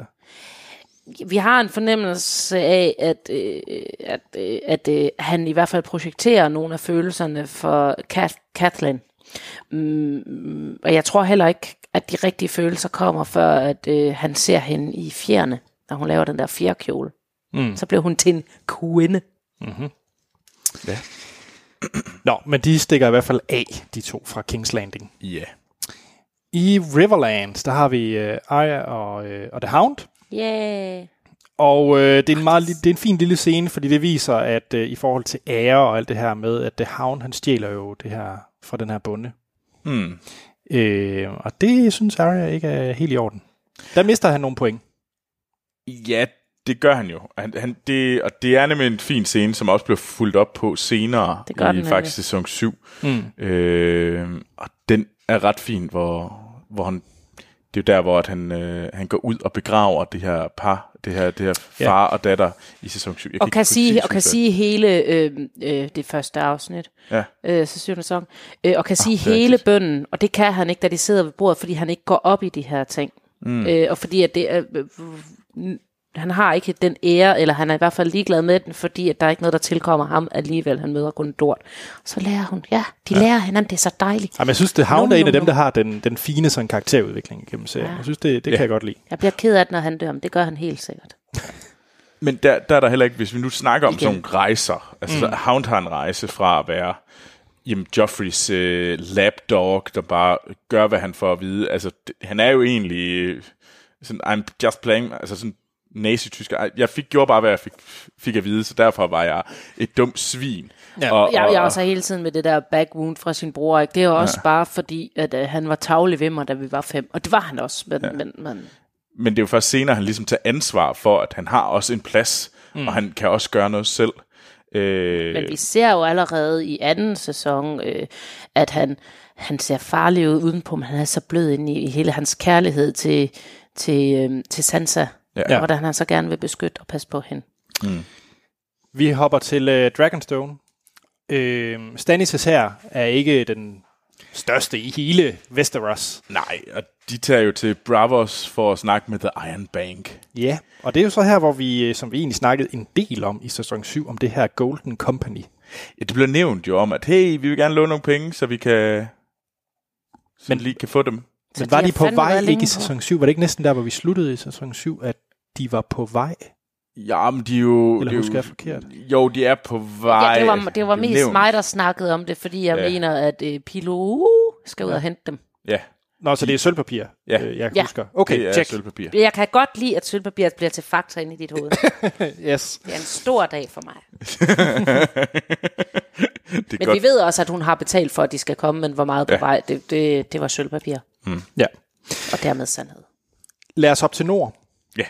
vi har en fornemmelse af, at, øh, at, øh, at øh, han i hvert fald projekterer nogle af følelserne for Kath- Kathleen. Mm, og jeg tror heller ikke, at de rigtige følelser kommer, før at øh, han ser hende i fjerne, når hun laver den der fjerkjole. Mm. Så bliver hun til en kvinde. Nå, men de stikker i hvert fald af, de to fra King's Landing. Ja. I Riverlands, der har vi øh, Arya og, øh, og The Hound. Yeah. Og øh, det, er en meget, li- det er en fin lille scene, fordi det viser, at øh, i forhold til ære og alt det her med, at The Hound, han stjæler jo det her fra den her bonde. Hmm. Mm. Øh, og det synes Arya ikke er helt i orden. Der mister han nogle point. Ja, det gør han jo. Han, han, det, og det er nemlig en fin scene, som også bliver fuldt op på senere Det gør den i nemlig. faktisk sæson 7. Mm. Øh, og den er ret fin, hvor, hvor han, det er jo der, hvor at han, øh, han går ud og begraver det her par, det her, det her Ja. far og datter i sæson 7. Jeg Og kan ikke sige, præcis og kan huske, sige hele øh, øh, det første afsnit. hvad- Ja. øh, så syvende sæson, øh, og kan sige det er hele rigtigt. bønden, og det kan han ikke, da de sidder ved bordet, fordi han ikke går op i de her ting. Mm. Øh, og fordi at det er, øh, n- han har ikke den ære, eller han er i hvert fald ligeglad med den, fordi at der er ikke noget, der tilkommer ham alligevel. Han møder kun Dort. Så lærer hun, ja, de ja. lærer hinanden, det er så dejligt. Jamen, jeg synes, The Hound Nå, er en nå, af dem, nå. der har den, den fine sådan, karakterudvikling gennem serien. Ja. Jeg synes, det, det kan jeg godt lide. Jeg bliver ked af det, når han dør, men det gør han helt sikkert. Men der, der er der heller ikke, hvis vi nu snakker om Igen. sådan nogle rejser, altså mm. Hound har en rejse fra at være jamen, Joffreys øh, lapdog, der bare gør, hvad han får at vide. Altså, det, han er jo egentlig øh, sådan, I'm just playing, altså sådan nazi-tysker. Jeg fik, gjorde bare, hvad jeg fik, fik at vide, så derfor var jeg et dumt svin. Ja. Jeg, jeg er også hele tiden med det der back wound fra sin bror, ikke? det er jo også ja. bare fordi, at øh, han var tavlig ved mig, da vi var fem, og det var han også, men, ja. men, men Men det er jo først senere, han ligesom tager ansvar for, at han har også en plads, mm. og han kan også gøre noget selv. Øh, Men vi ser jo allerede i anden sæson, øh, at han, han ser farlig ud udenpå, men han er så blød ind i, i hele hans kærlighed til, til, øh, til Sansa. Ja. Ja. Og hvordan han så gerne vil beskytte og passe på hende. Vi hopper til øh, Dragonstone. Øh, Stannis' her er ikke den største i hele Westeros. Nej, og de tager jo til Bravos for at snakke med The Iron Bank. Ja, og det er jo så her, hvor vi, øh, som vi egentlig snakkede en del om i sæson 7, om det her Golden Company. Ja, det bliver nævnt jo om, at hey, vi vil gerne låne nogle penge, så vi kan... Så Men- Men vi lige kan få dem. Men de var har de på fandme vej været ikke længe i på. sæson 7? Var det ikke næsten der, hvor vi sluttede i sæson 7, at de var på vej? Ja, men de er jo... Eller de er husker jo, jeg forkert? Jo, de er på vej. ja, det var, det var er mest nævnt. mig, der snakkede om det, fordi jeg Ja. ja. mener, at øh, Pilo skal ud ja. og hente dem. Ja, Nå, så det er sølvpapir, Ja. øh, jeg Ja. husker. Okay, det er check. sølvpapir. Jeg kan godt lide, at sølvpapiret bliver til fakta ind i dit hoved. Yes. Det er en stor dag for mig. Det er Men godt. vi ved også, at hun har betalt for, at de skal komme, men hvor meget på Ja. ja. vej, det, det, det var sølvpapir. Ja. Og dermed sandhed. Lad os op til nord. Ja.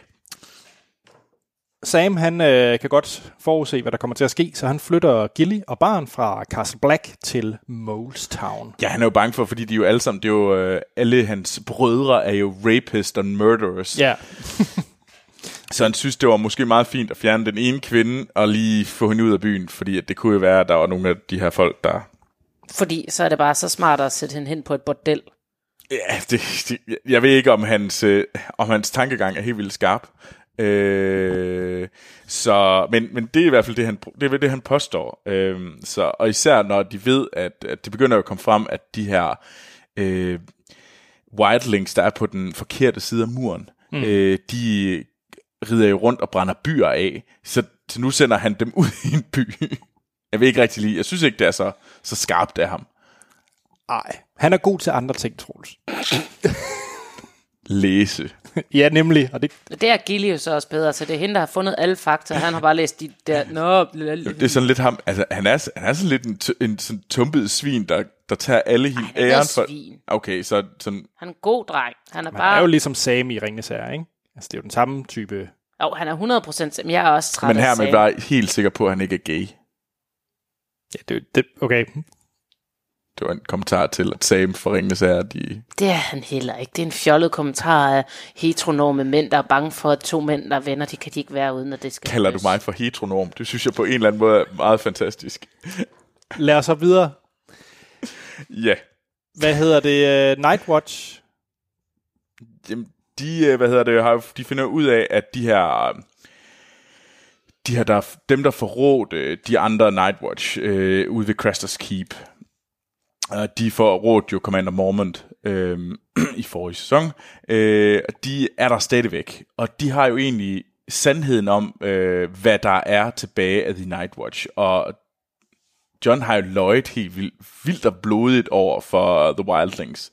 Sam, han øh, kan godt forudse, hvad der kommer til at ske, så han flytter Gilly og barn fra Castle Black til Molestown. ja, han er jo bange for, fordi de er jo alle sammen, det er jo, øh, alle hans brødre er jo rapists og murderers. Ja, Så han synes, det var måske meget fint at fjerne den ene kvinde og lige få hende ud af byen, fordi at det kunne jo være, at der var nogle af de her folk, der... Fordi så er det bare så smart at sætte hende hen på et bordel. Ja, det, det, jeg ved ikke, om hans, øh, om hans tankegang er helt vildt skarp. Øh, så, men, men det er i hvert fald det, han, det, er det, han påstår. Øh, så, og især når de ved, at, at det begynder at komme frem, at de her øh, wildlings, der er på den forkerte side af muren, mm. øh, de rider jo rundt og brænder byer af. Så, så nu sender han dem ud i en by. Jeg ved ikke rigtig lige. Jeg synes ikke, det er så, så skarpt af ham. ej. Han er god til andre ting, Troels. Læse. ja, nemlig. Og det, Men det er Gilly jo så også bedre, så det er hende, der har fundet alle fakta. Han har bare læst de der... Nå, Det er sådan lidt ham, altså han er, han er sådan lidt en, t- en sådan tumpet svin, der, der tager alle hele han er ikke æren for... svin. Okay, så sådan, han er en god dreng. Han er man er bare... jo ligesom Sam i Ringnes Herre, ikke? Altså, det er jo den samme type... Jo, han er 100%... som- Jeg er også træt men her af er man Sam. bare helt sikker på, at han ikke er gay. Ja, det, det, okay. Det var en kommentar til, at Sam fra Ringenes Herre, de... Det er han heller ikke. Det er en fjollet kommentar af heteronorme mænd, der er bange for, at to mænd, der er venner, de kan de ikke være uden, at det skal Kalder du løses. mig for heteronorm? Det synes jeg på en eller anden måde er meget fantastisk. Lad os så videre. Ja. Hvad hedder det? Uh, Nightwatch? Jamen, de, øh, hvad hedder det, har, jo- de finder ud af, at de her, de her der, dem der forrådte de andre Nightwatch øh, ude ved Craster's Keep, og de forrådte jo Commander Mormont øh, i forrige sæson, øh, og de er der stadigvæk, og de har jo egentlig sandheden om, øh, hvad der er tilbage af The Nightwatch, og John har jo løjet helt vildt, vildt og blodigt over for The Wildlings.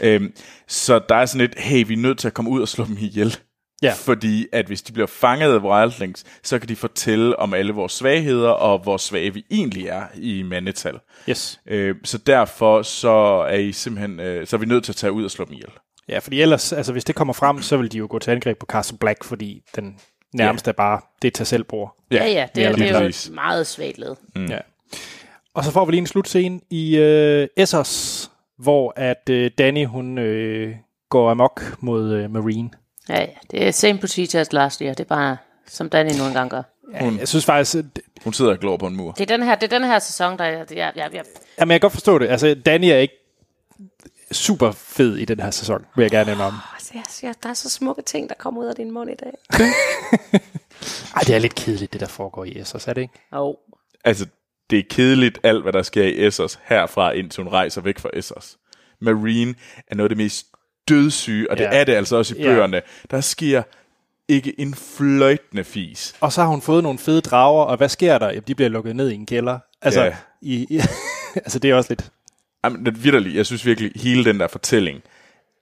Øhm, så der er sådan et, hey, vi er nødt til at komme ud og slå dem ihjel. Ja. Fordi at hvis de bliver fanget af Wildlings, så kan de fortælle om alle vores svagheder, og hvor svage vi egentlig er i mandetal. Yes. Øh, så derfor så er, I simpelthen, øh, så er vi nødt til at tage ud og slå dem ihjel. Ja, fordi ellers, altså hvis det kommer frem, så vil de jo gå til angreb på Castle Black, fordi den nærmeste er bare, det er tag selv bord. Ja, ja, det, mere er, eller det er jo præcis. et meget svagt led. Mm. Ja. Og så får vi lige en slutscene i øh, Essos, hvor at øh, Danny, hun øh, går amok mod øh, Marine. Ja, ja, det er same procedure as last year. Det er bare, som Danny nogle gange gør. Hun. Jeg synes faktisk, at- Hun sidder og glor på en mur. Det er den her, det er den her sæson, der jeg, jeg, jeg, jeg jamen, jeg kan godt forstå det. Altså, Danny er ikke super fed i den her sæson, vil jeg gerne nævne om. Altså, jeg siger, der er så smukke ting, der kommer ud af din mund i dag. Ej, det er lidt kedeligt, det der foregår i Essos, er det ikke? Jo. Oh. Altså, det er kedeligt alt, hvad der sker i Essos herfra, indtil hun rejser væk fra Essos. Marine er noget af det mest dødssyge, og det Ja. er det altså også i Ja. bøgerne. Der sker ikke en fløjtende fis. Og så har hun fået nogle fede drager, og hvad sker der? Jamen, de bliver lukket ned i en kælder. Altså, Ja. ja. i, i, altså det er også lidt... Jamen, det vidderligt. Jeg synes virkelig, hele den der fortælling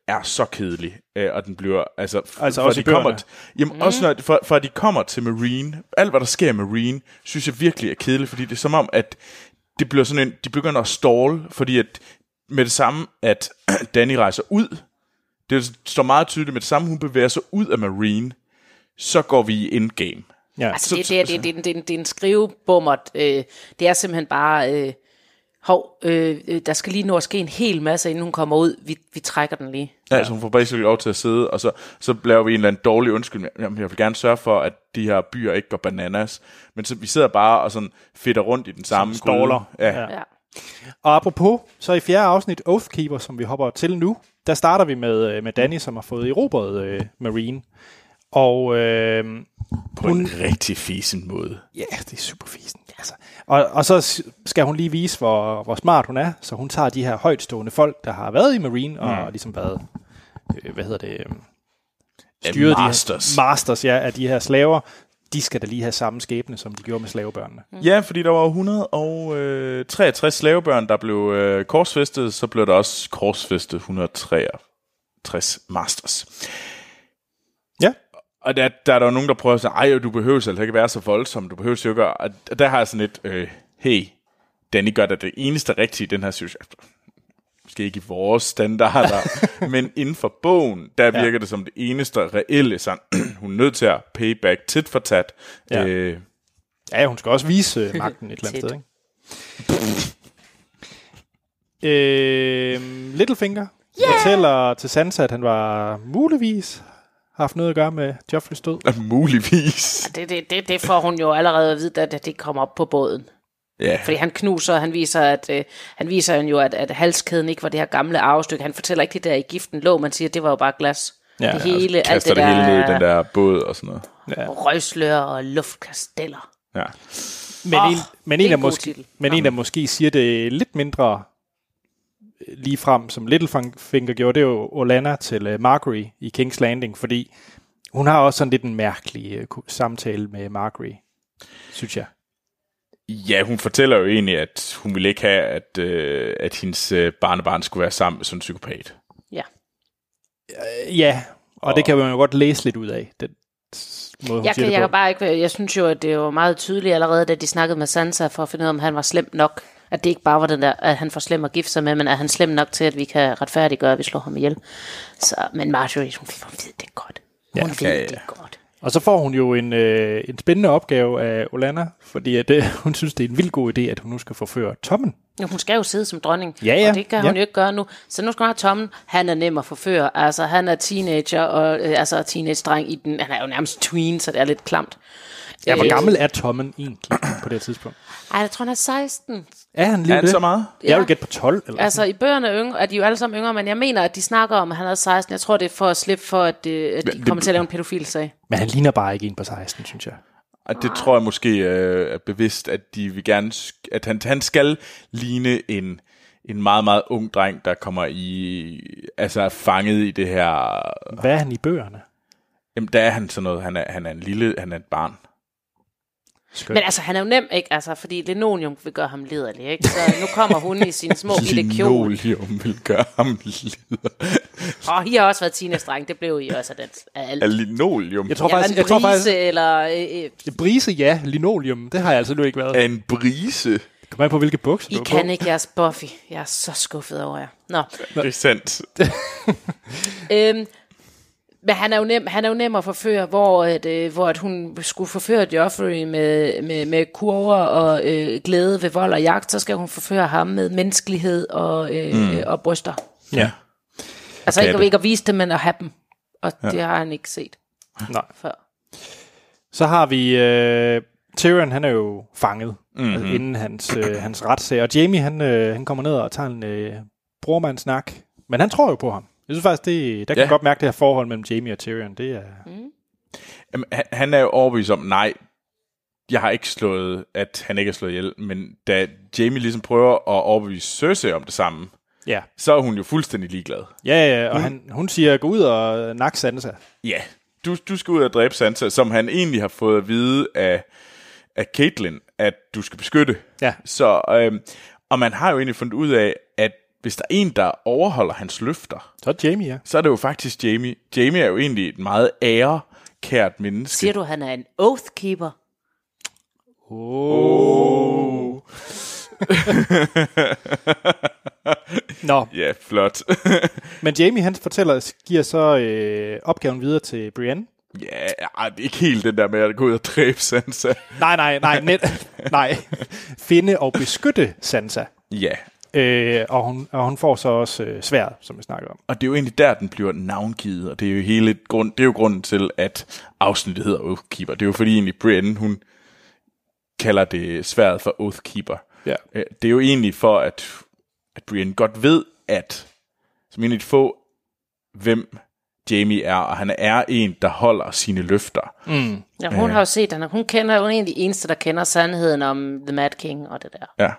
er så kedelig, øh, og den bliver, altså, f- Altså fra også i de kommer, bøgerne? t- jamen, mm. også når, fra, fra de kommer til Marine, alt hvad der sker i Marine, synes jeg virkelig er kedeligt, fordi det er som om, at det bliver sådan en, de begynder at stall, fordi at med det samme, at Danny rejser ud, det står meget tydeligt, med det samme, hun bevæger sig ud af Marine, så går vi i endgame. Ja. Altså, det, det, er- det, det, det, det, er en- det er en skrivebummert. Øh, det er simpelthen bare, øh, hov, øh, øh, der skal lige nå at ske en hel masse, inden hun kommer ud. Vi, vi trækker den lige. Ja, altså hun får basically lov til at sidde, og så, så laver vi en eller anden dårlig undskyldning. Jamen, jeg vil gerne sørge for, at de her byer ikke går bananas. Men så vi sidder bare og sådan fedter rundt i den samme Som ståler. gryde. Ja. ja. Ja. Og apropos, så i fjerde afsnit Oathkeeper, som vi hopper til nu, der starter vi med, øh, med Danny, som har fået erobret øh, Marine. Og øh, På en rigtig fisen måde. ja, det er super fisen. Altså. Og, og så s- skal hun lige vise, hvor, hvor smart hun er, så hun tager de her højtstående folk, der har været i Marine, og ligesom været, øh, hvad hedder det, øh, styret masters. de her, masters ja, af de her slaver. De skal da lige have samme skæbne, som de gjorde med slavebørnene. Ja, fordi der var jo 163 slavebørn, der blev øh, korsfæstet, så blev der også korsfæstet 163 masters. Ja. Og der, der er der jo nogen, der prøver at sige, ej, du behøver altså ikke være så voldsom, du behøver jo ikke at... Og der har jeg sådan lidt, øh, hey, Danny gør da det eneste rigtige i den her situation. Måske ikke i vores standarder, men inden for bogen, der virker det som det eneste reelle. Sådan, hun er nødt til at pay back tit for tat. Ja. Øh, Ja, hun skal også vise øh, magten et eller andet Tæt. sted, ikke? Øh, Littlefinger yeah! fortæller til Sansa, at han var muligvis har haft noget at gøre med Joffreys død. muligvis. Det, det, det, det får hun jo allerede at vide, da da det kommer op på båden. Ja. Fordi han knuser, han viser, at, øh, han viser jo, at, at halskæden ikke var det her gamle arvestykke. Han fortæller ikke det der i giften lå, man siger, at det var jo bare glas. Ja, Ja, og det hele, alt altså kaster det, det, hele ned i den der der båd og sådan noget. røgslør og luftkasteller. Ja. Men Åh, en, men det er en, der Ah, en god måske, titel. men en, der måske siger det lidt mindre lige frem, som Littlefinger gjorde, det er jo Olanna til øh, Margery i King's Landing, fordi hun har også sådan lidt en mærkelig øh, ku- samtale med Margery, synes jeg. ja, hun fortæller jo egentlig, at hun ville ikke have, at, øh, at hendes øh, barnebarn skulle være sammen med sådan en psykopat. Ja. Øh, Ja, og, og det kan man jo godt læse lidt ud af, den s- måde, hun Jeg siger kan, jeg det kan på. bare ikke, jeg synes jo, at det var meget tydeligt allerede, da de snakkede med Sansa for at finde ud af, om han var slem nok. At det ikke bare var den der, at han får slem at gifte sig med, men er han slem nok til, at vi kan retfærdiggøre, at vi slår ham ihjel. Så, men Marjorie, hun, hun ved det godt. Hun ja, ved ja, ja, ja. ja. det godt. Og så får hun jo en, øh, en spændende opgave af Olana, fordi at, øh, hun synes, det er en vild god idé, at hun nu skal forføre Tommen. Jo, hun skal jo sidde som dronning, Ja, ja, og det kan ja. hun jo ikke gøre nu. Så nu skal hun have Tommen. Han er nem at forføre. Altså, han er teenager, og øh, altså teenage-dreng i den. Han er jo nærmest tween, så det er lidt klamt. Ja, hvor Øh, gammel er Tommen egentlig på det her tidspunkt? Ej, jeg tror, han er 16. Er han lige Er det det? så meget? Jeg vil Ja. gætte på 12. Eller altså, Altså, i bøgerne er, yngre, er de jo alle sammen yngre, men jeg mener, at de snakker om, at han er 16. Jeg tror, det er for at slippe for, at, øh, at de det- kommer til at lave en pædofilsag. Men han ligner bare ikke en på 16, synes jeg. Og det tror jeg måske øh, er bevidst, at de vil gerne, sk- at han, han skal ligne en, en meget, meget ung dreng, der kommer i, altså er fanget i det her, Hvad er han i bøgerne? jamen der er han sådan noget, han er, han er en lille, han er et barn. Skønt. Men altså, han er jo nem, ikke? Altså, fordi Lenonium vil gøre ham liderlig, ikke? Så nu kommer hun i sine små bitte kjole. Linoleum vil gøre ham lille. Og I har også været teenage-dreng, det blev I også af, den, af alt. Er linoleum? jeg tror Ja, faktisk, faktisk, jeg tror faktisk, eller... Øh, øh, brise ja, linoleum, det har jeg altså nu ikke været. Er en brise? Kom an på, hvilke bukser I du er kan på. ikke jeres Buffy. Jeg er så skuffet over jer. Nå. Det er sandt. Øhm, men han er, jo nem, han er jo nem at forføre, hvor, at, øh, hvor at hun skulle forføre Joffrey med, med, med kurver og øh, glæde ved vold og jagt, så skal hun forføre ham med menneskelighed og, øh, mm. og bryster. Ja. Altså Katte. ikke, ikke at vise dem, men at have dem. Og ja. det har han ikke set Nej. før. Så har vi... Øh, Tyrion, han er jo fanget mm-hmm. altså, inden hans, øh, hans retssag. Og Jamie, han, øh, han kommer ned og tager en øh, brormandssnak. Men han tror jo på ham. Jeg synes faktisk, det, der kan Ja. ja. godt mærke det her forhold mellem Jamie og Tyrion. Det er, Mm. Jamen, han- han er jo overbevist om, nej, jeg har ikke slået, at han ikke er slået ihjel, men da Jamie ligesom prøver at overbevise Cersei om det samme, ja. så er hun jo fuldstændig ligeglad. ja, ja, og han, hun siger, gå ud og nak Sansa. Ja, du, du skal ud og dræbe Sansa, som han egentlig har fået at vide af, af Caitlyn, at du skal beskytte. Ja. Så, øhm, og man har jo egentlig fundet ud af, at hvis der er en, der overholder hans løfter, Så er det Jamie, ja. så er det jo faktisk Jamie. Jamie er jo egentlig et meget ærekært menneske. Siger du, han er en oathkeeper? Oh. Nå, Ja, flot. men Jamie han fortæller, giver så øh, opgaven videre til Brienne, Ja, ej, det er ikke helt den der med at gå ud og dræbe Sansa. Nej, nej, nej. Net, nej. Finde og beskytte Sansa. Ja, Øh, og, hun, og hun får så også øh, sværet, som vi snakkede om. og det er jo egentlig der, den bliver navngivet, og det er jo hele grund, det er jo grunden til, at afsnittet hedder Oathkeeper. Det er jo fordi egentlig Brienne, hun kalder det sværet for Oathkeeper. Ja. Øh, Det er jo egentlig for, at, at Brienne godt ved, at som egentlig få, hvem Jamie er, og han er en, der holder sine løfter. Ja, hun har jo set den, og hun kender jo egentlig eneste, der kender sandheden om The Mad King og det der. Ja.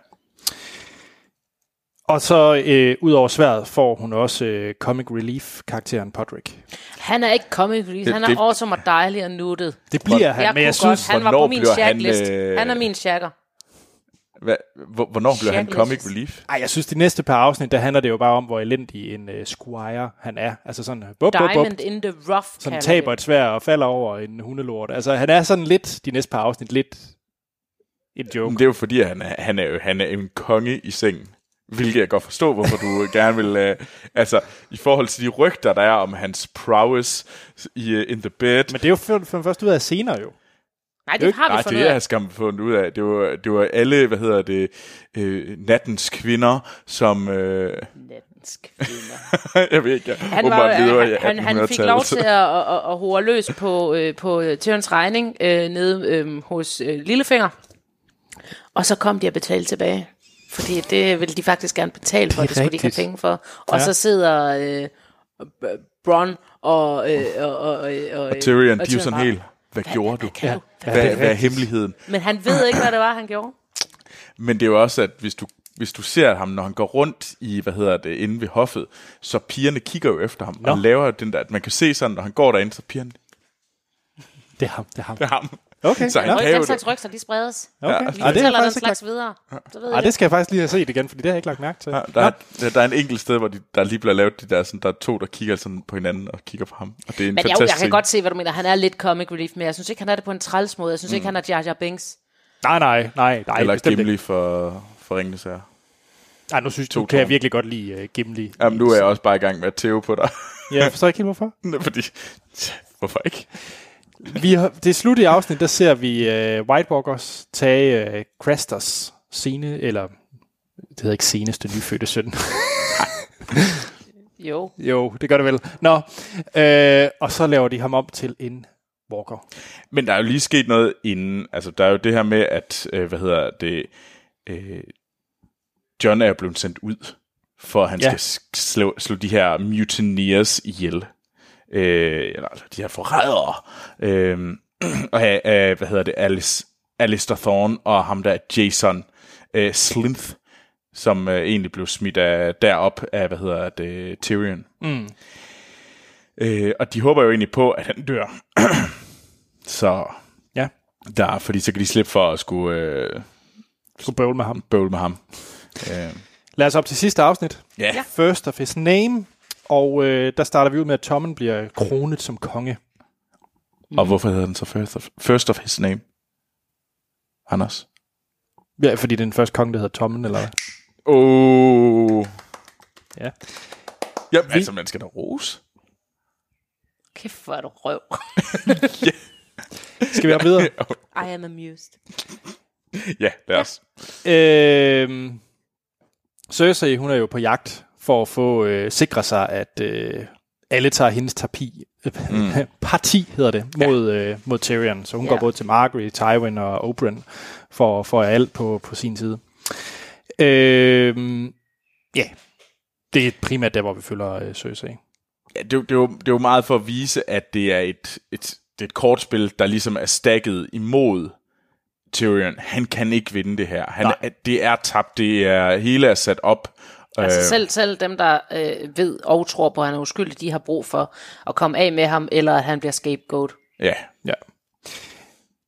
Og så øh, ud over sværet får hun også øh, comic relief-karakteren Podrick. Han er ikke comic relief, Det- han er det- awesome og dejlig og nuttet. Det bliver han, men Jeg kunne jeg godt, synes... han var hvornår på min bliver han, shacklist. øh, Han er min shacker. Hva, hvor- hvornår blev han Shit, comic Lucius. relief? Ej, jeg synes, de næste par afsnit, der handler det jo bare om, hvor elendig en øh, squire han er. Altså sådan, øh, bup, bup, bup, Diamond in the rough, sådan kalder taber det. et svær og falder over en hundelort. Altså, han er sådan lidt, de næste par afsnit, lidt en Men joke. det er jo fordi, at han er, han er, jo, han er en konge i sengen. Hvilket jeg godt forstår, hvorfor du gerne vil... Øh, altså, i forhold til de rygter, der er om hans prowess i uh, In The Bed. Men det er jo for- for først ud af senere jo. Nej, det har vi Nej, fundet det ud er af. jeg skam fundet ud af. Det var, det var alle, hvad hedder det, øh, nattens kvinder, som... Øh, Nattens kvinder. jeg ved ikke, jeg Han, var, øh, åbenbart lever i han, han, han fik lov 1800-tallet. til at, at, at, at hore løs på, øh, på Tyrens regning øh, nede øh, hos øh, Lillefinger. Og så kom de at betale tilbage. Fordi det ville de faktisk gerne betale for, det, det skulle de ikke rigtigt. have penge for. Og Ja. så sidder øh, B- Bron og... Øh, og, og, og, øh, og Tyrion, de er jo sådan bare, helt... Hvad gjorde du? Kan du? Hvad? Hvad, hvad er hemmeligheden? Men han ved ikke, hvad det var, han gjorde. Men det er jo også, at hvis du, hvis du ser ham, når han går rundt i, hvad hedder det, inde ved hoffet, så pigerne kigger jo efter ham, Nå. og laver jo den der, at man kan se sådan, når han går derinde, så pigerne, Det er ham, det er ham. det er ham. Okay, så han ja. Og kan jo den det. slags rygter, de spredes. Okay. Vi Ej, altså, det, er fortæller den faktisk ikke slags lagt, videre. Så ved ej, jeg det skal jeg faktisk lige have set igen, fordi det har jeg ikke lagt mærke til. Der, er, der, der er en enkelt sted, hvor de, der lige bliver lavet de der, sådan, der er to, der kigger sådan på hinanden og kigger på ham. Og det er en Men jeg, fantastisk jeg kan scene. godt se, hvad du mener. Han er lidt comic relief, men jeg synes ikke, han er det på en træls måde. Jeg synes mm. ikke, han er Jar Jar Binks. Nej, nej, nej, nej. Eller bestemt ikke. Gimli for, for Ringenes Herre. Ej, nu synes du, To kan jeg tårne. virkelig godt lide uh, Gimli. Jamen, nu er jeg også bare i gang med at tæve på dig. Ja, jeg forstår ikke helt, hvorfor. Fordi, hvorfor ikke? Vi har, det er slut i afsnit, der ser vi uh, White Walkers tage uh, Crasters scene, eller det hedder ikke seneste nyfødte søn. Jo. jo, det gør det vel. Nå, øh, og så laver de ham om til en walker. Men der er jo lige sket noget inden. Altså, der er jo det her med, at, øh, hvad hedder det, øh, John er jo blevet sendt ud, for at han Ja. ja. skal s- slå, slå de her mutineers ihjel. Øh, eller altså, de her forrædere. Øh, og øh, øh, hvad hedder det, Alice, Alistair Thorne og ham der Jason øh, Slinth, som øh, egentlig blev smidt af, derop af, hvad hedder det, Tyrion. Mm. Øh, og de håber jo egentlig på, at han dør. så Ja, der, fordi så kan de slippe for at skulle øh, skulle bøvle med ham. bøvle med ham. Øh, Lad os op til sidste afsnit. ja. ja. First of his name. Og øh, der starter vi ud med, at Tommen bliver kronet som konge. Og hvorfor hedder den så first of, first of his name? Anders. Ja, fordi det er den første konge, der hedder Tommen, eller hvad? Oh. Ja. Jamen, altså, man skal da rose. Kæft, hvor er du røv. Skal vi op videre? I am amused. Ja, lad os. Øh, Cersei, hun er jo på jagt for at få øh, sikre sig, at øh, alle tager hendes tapi, mm. parti, hedder det, mod, ja. øh, mod Tyrion. Så hun Ja. ja. går både til Margaery, Tywin og Oberyn for, for alt på, på sin side. Øh, ja, det er primært der, hvor vi følger øh, Cersei. Ja, det, er jo- det, er jo, det er jo meget for at vise, at det er et, et, det er et kortspil, der ligesom er stakket imod Tyrion. Han kan ikke vinde det her. Han, er, det er tabt. Det er hele er sat op. Altså Øh, selv, selv dem, der øh, ved og tror på, at han er uskyldig, de har brug for at komme af med ham, eller at han bliver scapegoat. ja. Ja.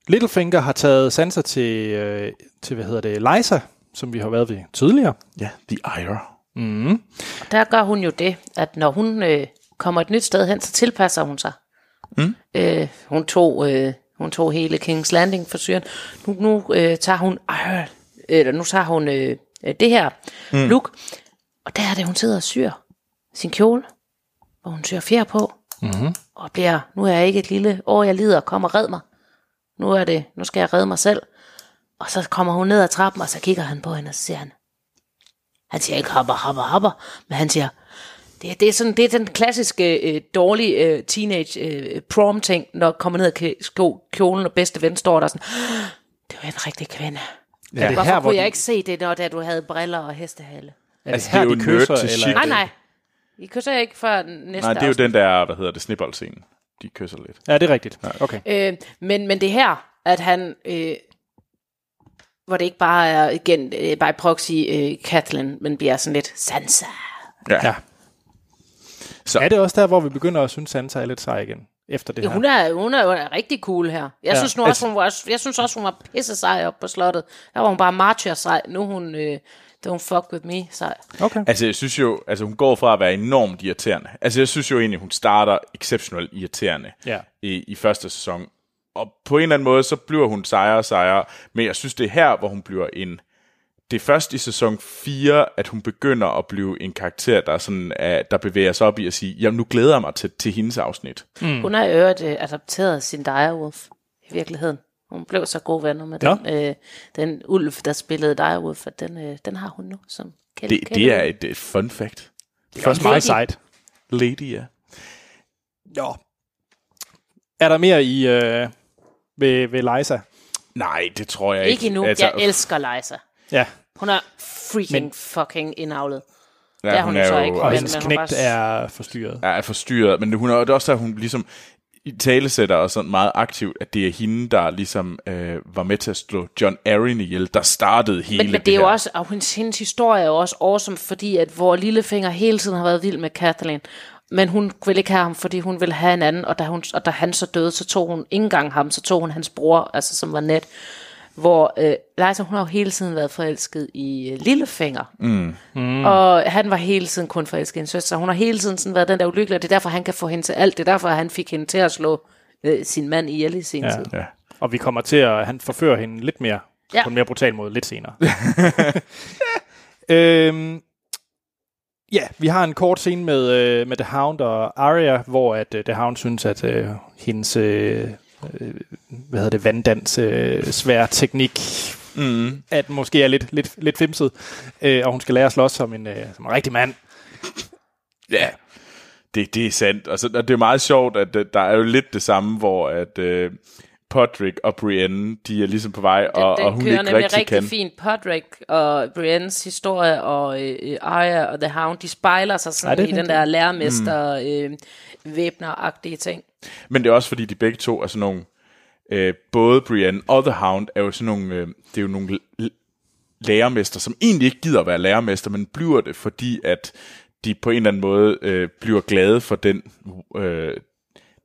Littlefinger har taget Sansa til, øh, til hvad hedder det, Lysa, som vi har været ved tidligere. ja, The Ire. Og der gør hun jo det, at når hun øh, kommer et nyt sted hen, så tilpasser hun sig. Mm. Øh, hun, tog, øh, hun tog hele King's Landing for Syrien. Nu, nu øh, tager hun, øh, eller nu tager hun øh, øh, det her mm. look, og der er det, hun sidder og syr sin kjole, hvor hun syr fjer på, Mm-hmm. og bliver, nu er jeg ikke et lille, åh jeg lider, kom og red mig. Nu er det, nu skal jeg redde mig selv. Og så kommer hun ned ad trappen, og så kigger han på hende, og så siger han, han siger ikke hopper, hopper, hopper, men han siger, det, det, er, sådan, det er den klassiske øh, dårlige øh, teenage øh, prom ting, når kommer ned og sko kjolen, og bedste ven står der og sådan, det var en rigtig kvinde. Ja. Er det Hvorfor her, her, hvor kunne jeg de, ikke se det, når da du havde briller og hestehale? er det Altså, her, det er de jo nerd kysser, til eller? chic. Nej, nej. I kysser ikke før næste Nej, det er jo afsnit. den der, hvad hedder det, snibboldscenen. De kysser lidt. Ja, det er rigtigt. Okay. Øh, men, men det her, at han, øh, hvor det ikke bare er igen, øh, by proxy øh, Kathleen, men bliver sådan lidt Sansa. Ja. Ja. ja. Så Er det også der, hvor vi begynder at synes, Sansa er lidt sej igen? Efter det Ja. her? Hun, er, hun er jo rigtig cool her. Jeg, Ja. ja. synes nu også, hun var, jeg synes også, hun var pisse sej op på slottet. Der var hun bare martyr sej. Nu er hun, øh, don't fuck with me sej. Okay. Altså, jeg synes jo, altså hun går fra at være enormt irriterende. Altså, jeg synes jo egentlig, hun starter exceptionelt irriterende Ja. i, i første sæson. Og på en eller anden måde, så bliver hun sejere og sejere. Men jeg synes, det er her, hvor hun bliver en... Det er først i sæson 4, at hun begynder at blive en karakter, der, er sådan, er, der bevæger sig op i at sige, jamen nu glæder jeg mig til, til hendes afsnit. Mm. Hun har i øvrigt øh, adopteret sin direwolf i virkeligheden. Hun blev så god venner med Nå. den, øh, den ulv, der spillede direwolf, og den, øh, den har hun nu som kæld, Det, det er et, et fun fact. Det er også meget sejt. Lady, ja. Nå. Er der mere i øh, ved, ved Liza? Nej, det tror jeg ikke. Ikke endnu. Altså, jeg elsker Liza. Ja. Hun er freaking Men- men, fucking indavlet. ja, er hun jo så ikke, Og Men- hendes men hun knægt bare- er forstyrret. er forstyrret, men hun er, det er også, at hun ligesom i talesætter og sådan meget aktivt, at det er hende, der ligesom øh, var med til at slå John Arryn ihjel, der startede hele Men, men det er jo også, og hendes, hendes historie er jo også awesome, fordi at vores lillefinger hele tiden har været vild med Kathleen, men hun ville ikke have ham, fordi hun ville have en anden, og da, hun, og da han så døde, så tog hun ikke engang ham, så tog hun hans bror, altså som var net, hvor øh, Leisa, hun har jo hele tiden været forelsket i øh, lillefinger, mm. Mm. og han var hele tiden kun forelsket i en søster, hun har hele tiden sådan været den der ulykkelige, og det er derfor, han kan få hende til alt, det er derfor, han fik hende til at slå øh, sin mand ihjel i sin Ja. ja. tid. Ja. Og vi kommer til at, han forfører hende lidt mere, ja. Ja. på en mere brutal måde, lidt senere. øhm, ja, vi har en kort scene med, øh, med The Hound og Arya, hvor at øh, The Hound synes, at øh, hendes, øh, øh, hvad hedder det, vanddans øh, svær teknik, Mm. at måske er lidt, lidt, lidt fimset, øh, og hun skal lære at slås som en, øh, som en rigtig mand. ja. Det, det er sandt. Og, så, og det er meget sjovt, at øh, der er jo lidt det samme, hvor at øh, Podrick og Brienne, de er ligesom på vej, og, den og hun kører ikke nemlig rigtig, rigtig kan. fint. Podrick og Briennes historie og øh, øh, Arya og The Hound, de spejler sig Ej, sådan det er i den rigtigt. der lærermester mm. øh, væbner-agtige ting. Men det er også fordi, de begge to er sådan nogle, øh, både Brienne og The Hound er jo sådan nogle, øh, det er jo nogle l- lærermester, som egentlig ikke gider at være lærermester, men bliver det, fordi at de på en eller anden måde øh, bliver glade for den, øh,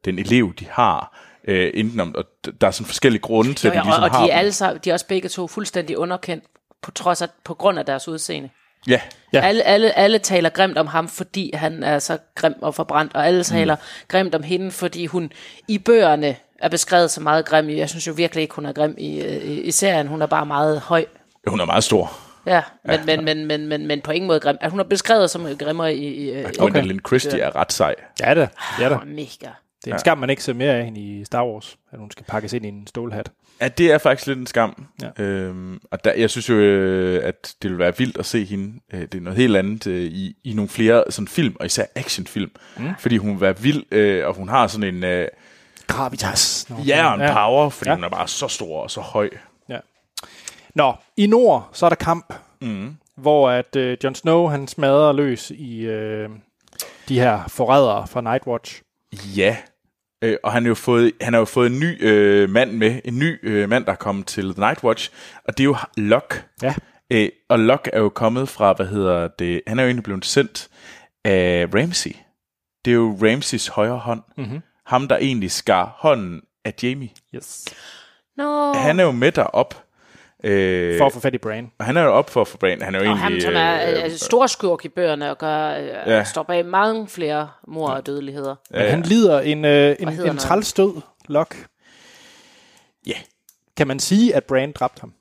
den elev, de har. Øh, enten om, og d- der er sådan forskellige grunde til, Jo, at de ja, ligesom og, og har de er, dem. alle, sa- de er også begge to fuldstændig underkendt på trods af, på grund af deres udseende. Ja, Ja. Ja. Alle, alle, alle taler grimt om ham, fordi han er så grim og forbrændt, og alle taler mm. grimt om hende, fordi hun i bøgerne er beskrevet som meget grim. Jeg synes jo virkelig ikke, hun er grim i, øh, i, i serien. Hun er bare meget høj hun er meget stor. Ja, men, ja. Men, men, men, men, men på ingen måde grim. Altså, hun er beskrevet som grimmer i... i øh, Okay. Gwendolyn Christie er ret sej. Ja da, ja da. åh, mega. Det er en skam, man ikke ser mere af hende i Star Wars, at hun skal pakkes ind i en stålhat. Ja, det er faktisk lidt en skam. Ja. Ja. Øhm, og der, jeg synes jo, øh, at det ville være vildt at se hende. Øh, det er noget helt andet øh, i, i nogle flere sådan film, og især actionfilm. Mm. Fordi hun vil være vild, øh, og hun har sådan en øh, Gravitas. Nå, jern ja. power, fordi Ja. ja. hun er bare så stor og så høj. Ja. Nå, i nord, så er der kamp, mm. hvor at øh, Jon Snow, han smadrer løs i øh, de her forrædere fra Nightwatch. Ja. Øh, og han, er jo fået, han har jo fået en ny øh, mand med. En ny øh, mand, der er kommet til The Nightwatch. Og det er jo Locke. Ja. Øh, og Locke er jo kommet fra, hvad hedder det, han er jo egentlig blevet sendt af Ramsey. Det er jo Ramseys højre hånd. Mm-hmm. Ham, der egentlig skar hånden af Jamie. Yes. Nå, Han er jo med derop. Øh, For at få fat i Bran. og han er jo op for at få Bran. Han er jo og ham, egentlig... som er øh, øh, øh, stor skurk i bøgerne og gør, øh, ja. står bag mange flere mor og dødeligheder. Men ja, ja. han lider en, øh, en, hedder en noget? trælstød, Locke. ja, Kan man sige, at Bran dræbte ham?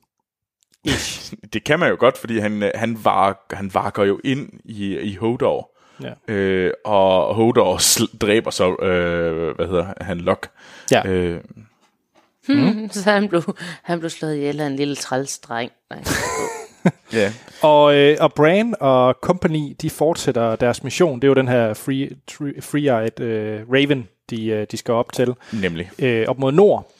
det kan man jo godt, fordi han, øh, han, var, han varker jo ind i, i Hodor. Ja. Øh, og Hodor sl- dræber så, øh, hvad hedder han, Lok. Ja. Øh, Mhm. Hmm. Så han blev, han blev slået ihjel af en lille træls dreng. Nej. ja. Og, øh, og Bran og company, de fortsætter deres mission. Det er jo den her Free, Tree- Free-Eyed øh, Raven, de, øh, de skal op til. Nemlig. Øh, op mod nord.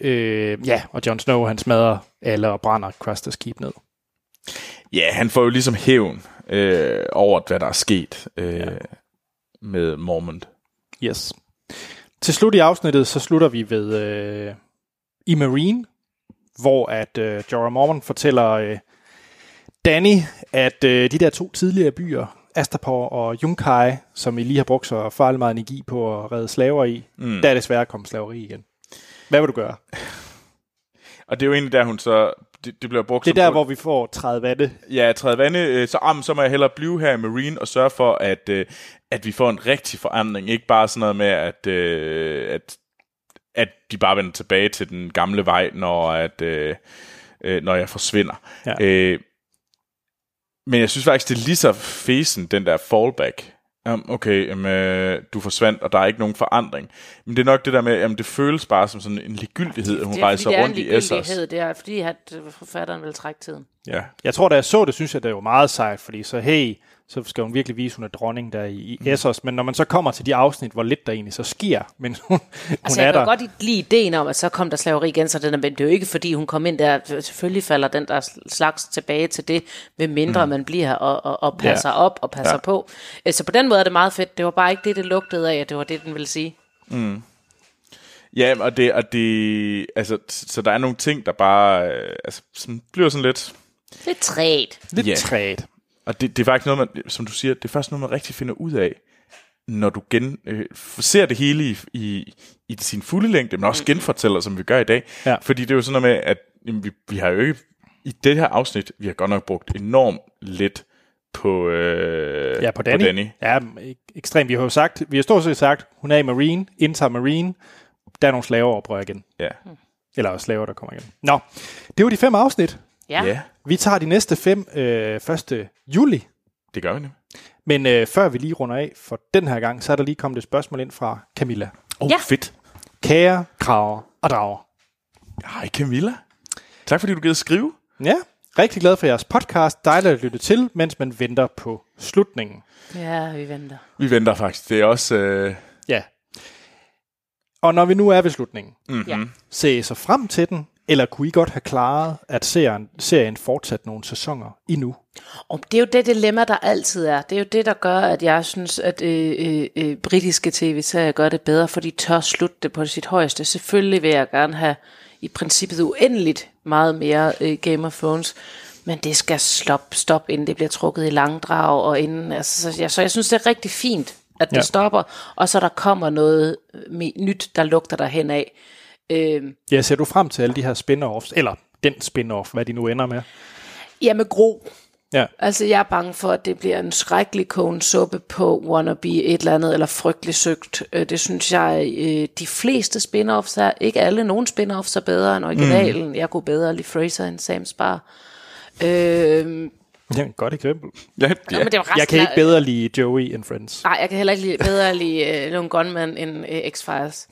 Øh, ja, og Jon Snow, han smadrer alle og brænder Craster's Keep ned. Ja, han får jo ligesom hævn øh, over, hvad der er sket øh, ja. med Mormont. Yes. Til slut i afsnittet, så slutter vi ved øh, i Marine, hvor at øh, Jorah Mormon fortæller øh, Danny, at øh, de der to tidligere byer, Astapor og Junkai, som I lige har brugt så farlig meget energi på at redde slaver i, mm. der er desværre kommet slaveri igen. Hvad vil du gøre? Og det er jo egentlig der, hun så... Det, det bliver brugt Det er som der, hvor vi får 30 vande. Ja, træde vande, øh, så, ah, men så må jeg hellere blive her i Marine og sørge for, at, øh, at vi får en rigtig forandring. Ikke bare sådan noget med, at, øh, at, at de bare vender tilbage til den gamle vej, når, at, øh, øh, når jeg forsvinder. Ja. Øh, men jeg synes faktisk, det er lige så fesen, den der fallback. Um, okay, um, øh, du forsvandt, og der er ikke nogen forandring. Men det er nok det der med, at det føles bare som sådan en ligegyldighed, at hun Det er, fordi rejser det er en rundt i Essos. ligegyldighed. Det er, fordi at øh, forfatteren vil trække tiden. Ja. Jeg tror, da jeg så det, synes jeg, det var meget sejt, fordi så hey, så skal hun virkelig vise, hun er dronning der i, i Mm. Essos. Men når man så kommer til de afsnit, hvor lidt der egentlig så sker, men hun, hun Altså, er jeg der. kan godt ikke lide ideen om, at så kom der slaveri igen, så den er, men det er jo ikke, fordi hun kom ind der. Selvfølgelig falder den der slags tilbage til det, med mindre mm. man bliver og, og, og passer ja. op og passer ja. på. Øh, Så på den måde er det meget fedt. Det var bare ikke det, det lugtede af, at det var det, den ville sige. Ja, og det, og det altså, s- så der er nogle ting, der bare øh, altså, sådan, bliver sådan lidt... Lidt træt. Lidt Ja. yeah. træt. Og det, det er faktisk noget, man, som du siger, det er først noget, man rigtig finder ud af, når du gen, øh, ser det hele i, i, i sin fulde længde, men også genfortæller, som vi gør i dag. Mm. Ja. Fordi det er jo sådan noget med, at jamen, vi, vi har jo ikke... I det her afsnit, vi har godt nok brugt enormt lidt på, øh, Ja, på Danny. På Danny. Ja, ek- ekstremt. Vi har jo sagt, vi har stort set sagt, hun er i Marine, indtager Marine, der er nogle slaveoprør igen. Ja. Eller også slaver, der kommer igen. Nå, det var de fem afsnit. Ja. ja, Vi tager de næste fem øh, 1. juli. det gør vi nu. Men øh, før vi lige runder af for den her gang, så er der lige kommet et spørgsmål ind fra Camilla. Åh, oh, Ja. fedt. Kære kraver og drager. Hej Camilla. Tak fordi du gider skrive. Ja, rigtig glad for jeres podcast. Dejligt at lytte til, mens man venter på slutningen. ja, vi venter. Vi venter faktisk. Det er også... Øh, Ja. Og når vi nu er ved slutningen, Mm-hmm. Ja. ser I så frem til den, eller kunne I godt have klaret, at serien, serien fortsat nogle sæsoner endnu? Og det er jo det dilemma, der altid er. Det er jo det, der gør, at jeg synes, at øh, øh, øh, britiske tv-serier gør det bedre, for de tør slutte det på sit højeste. Selvfølgelig vil jeg gerne have i princippet uendeligt meget mere øh, Game of Thrones, men det skal stop, stop, inden det bliver trukket i langdrag. Og inden, altså, så, jeg, så jeg synes, det er rigtig fint, at det Ja. ja. stopper, og så der kommer noget øh, me- nyt, der lugter derhen af. Øh, Ja, ser du frem til alle de her spin-offs, eller den spin-off, hvad de nu ender med? ja, med gro. Ja, Altså, jeg er bange for, at det bliver en skrækkelig kogensuppe på wannabe et eller andet, eller frygtelig søgt. Øh, Det synes jeg, øh, de fleste spin-offs er, ikke alle, nogen spin-offs er bedre end originalen. Mhm. Mm. Jeg kunne bedre lide Fraser end Sam Spar. Øh, ja. men det er et godt eksempel. ja, ja. det var Jeg kan ikke bedre lide Joey and Friends. Nej, jeg kan heller ikke lide, bedre lide uh, Lone Gunman end uh, X-Files.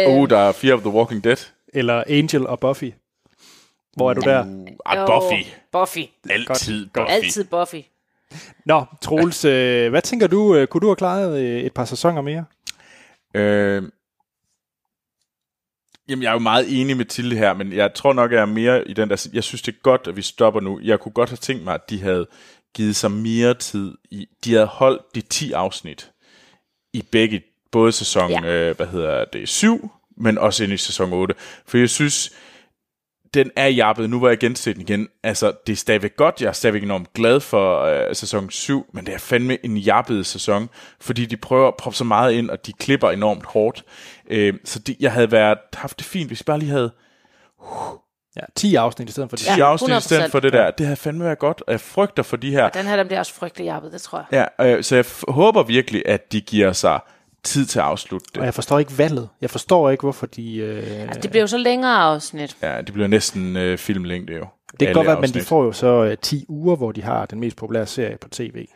øh, Oh, der er Fear of the Walking Dead. Eller Angel og Buffy. Hvor er du der? Ah, Mm. Jo, Buffy. Buffy. Altid Buffy. Altid Buffy. Nå, Troels, øh, hvad tænker du? øh, Kunne du have klaret øh, et par sæsoner mere? Øh, jamen, jeg er jo meget enig med Tilde her, men jeg tror nok, jeg er mere i den der... Jeg synes, det er godt, at vi stopper nu. Jeg kunne godt have tænkt mig, at de havde givet sig mere tid. I, de havde holdt de 10 afsnit i begge, både sæson, ja. Ja. øh, hvad hedder det, 7, men også ind i sæson 8. For jeg synes, den er jappet. Nu var jeg genset den igen. Altså, det er stadigvæk godt. Jeg er stadigvæk enormt glad for øh, sæson 7, men det er fandme en jappet sæson, fordi de prøver at proppe så meget ind, og de klipper enormt hårdt. Øh, så det, jeg havde været, haft det fint, hvis jeg bare lige havde Ja, 10 afsnit i stedet for det. 10 Ja, ja, afsnit i 100%. stedet for det der. Det havde fandme været godt, og jeg frygter for de her. Den her, den bliver også frygtelig jappet, det tror jeg. Ja, øh, så jeg f- håber virkelig, at de giver sig tid til at afslutte Og det. jeg forstår ikke valget. Jeg forstår ikke, hvorfor de... Øh, Altså, Det bliver jo så længere afsnit. Ja, det bliver næsten øh, filmlængde jo. Det kan alle godt være, men afsnit. de får jo så øh, 10 uger, hvor de har den mest populære serie på tv. Altså,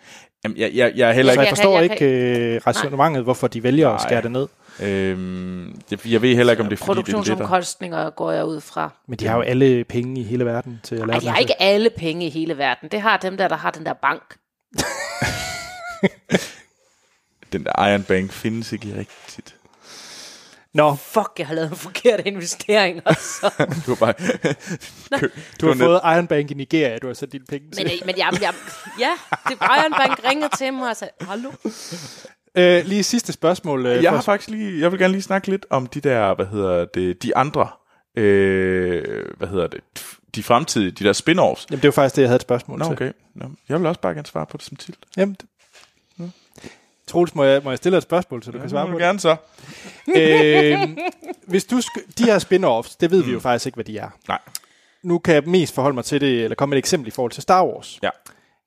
Jamen, jeg, jeg, jeg er heller Så ikke... jeg jeg kan- forstår jeg kan ikke øh, rationementet, hvorfor de vælger at Nej. skære det ned. Øhm, det, jeg ved heller ikke, om det er fordi, det er lidt... Produktionsomkostninger går jeg ud fra. Men de har jo alle penge i hele verden til at lave Ej, den de her har ikke alle penge i hele verden. Det har dem der, der har den der bank. Den der Iron Bank findes ikke rigtigt. serie. Nå, Fuck, jeg har lavet en forkert investering også. Du har bare... kø, du har fået Iron Bank i Nigeria, du har sat dine penge til. men, øh, men jeg, jeg, ja, det var Iron Bank ringede til mig og sagde, hallo? Øh, lige sidste spørgsmål. Øh, Jeg for- har faktisk lige... Jeg vil gerne lige snakke lidt om de der, hvad hedder det, de andre... Øh, hvad hedder det? De fremtidige, de der spin-offs. Jamen, det var faktisk det, jeg havde et spørgsmål Nå, til. okay. Nå, jeg vil også bare gerne svare på det som til. Jamen, det... Troels, må jeg, må jeg stille dig et spørgsmål, så du kan svare må på du det? gerne så. Øhm, hvis du sk- de her spin-offs, det ved vi jo faktisk ikke, hvad de er. Mm. Nej. Nu kan jeg mest forholde mig til det, eller komme med et eksempel i forhold til Star Wars. Ja.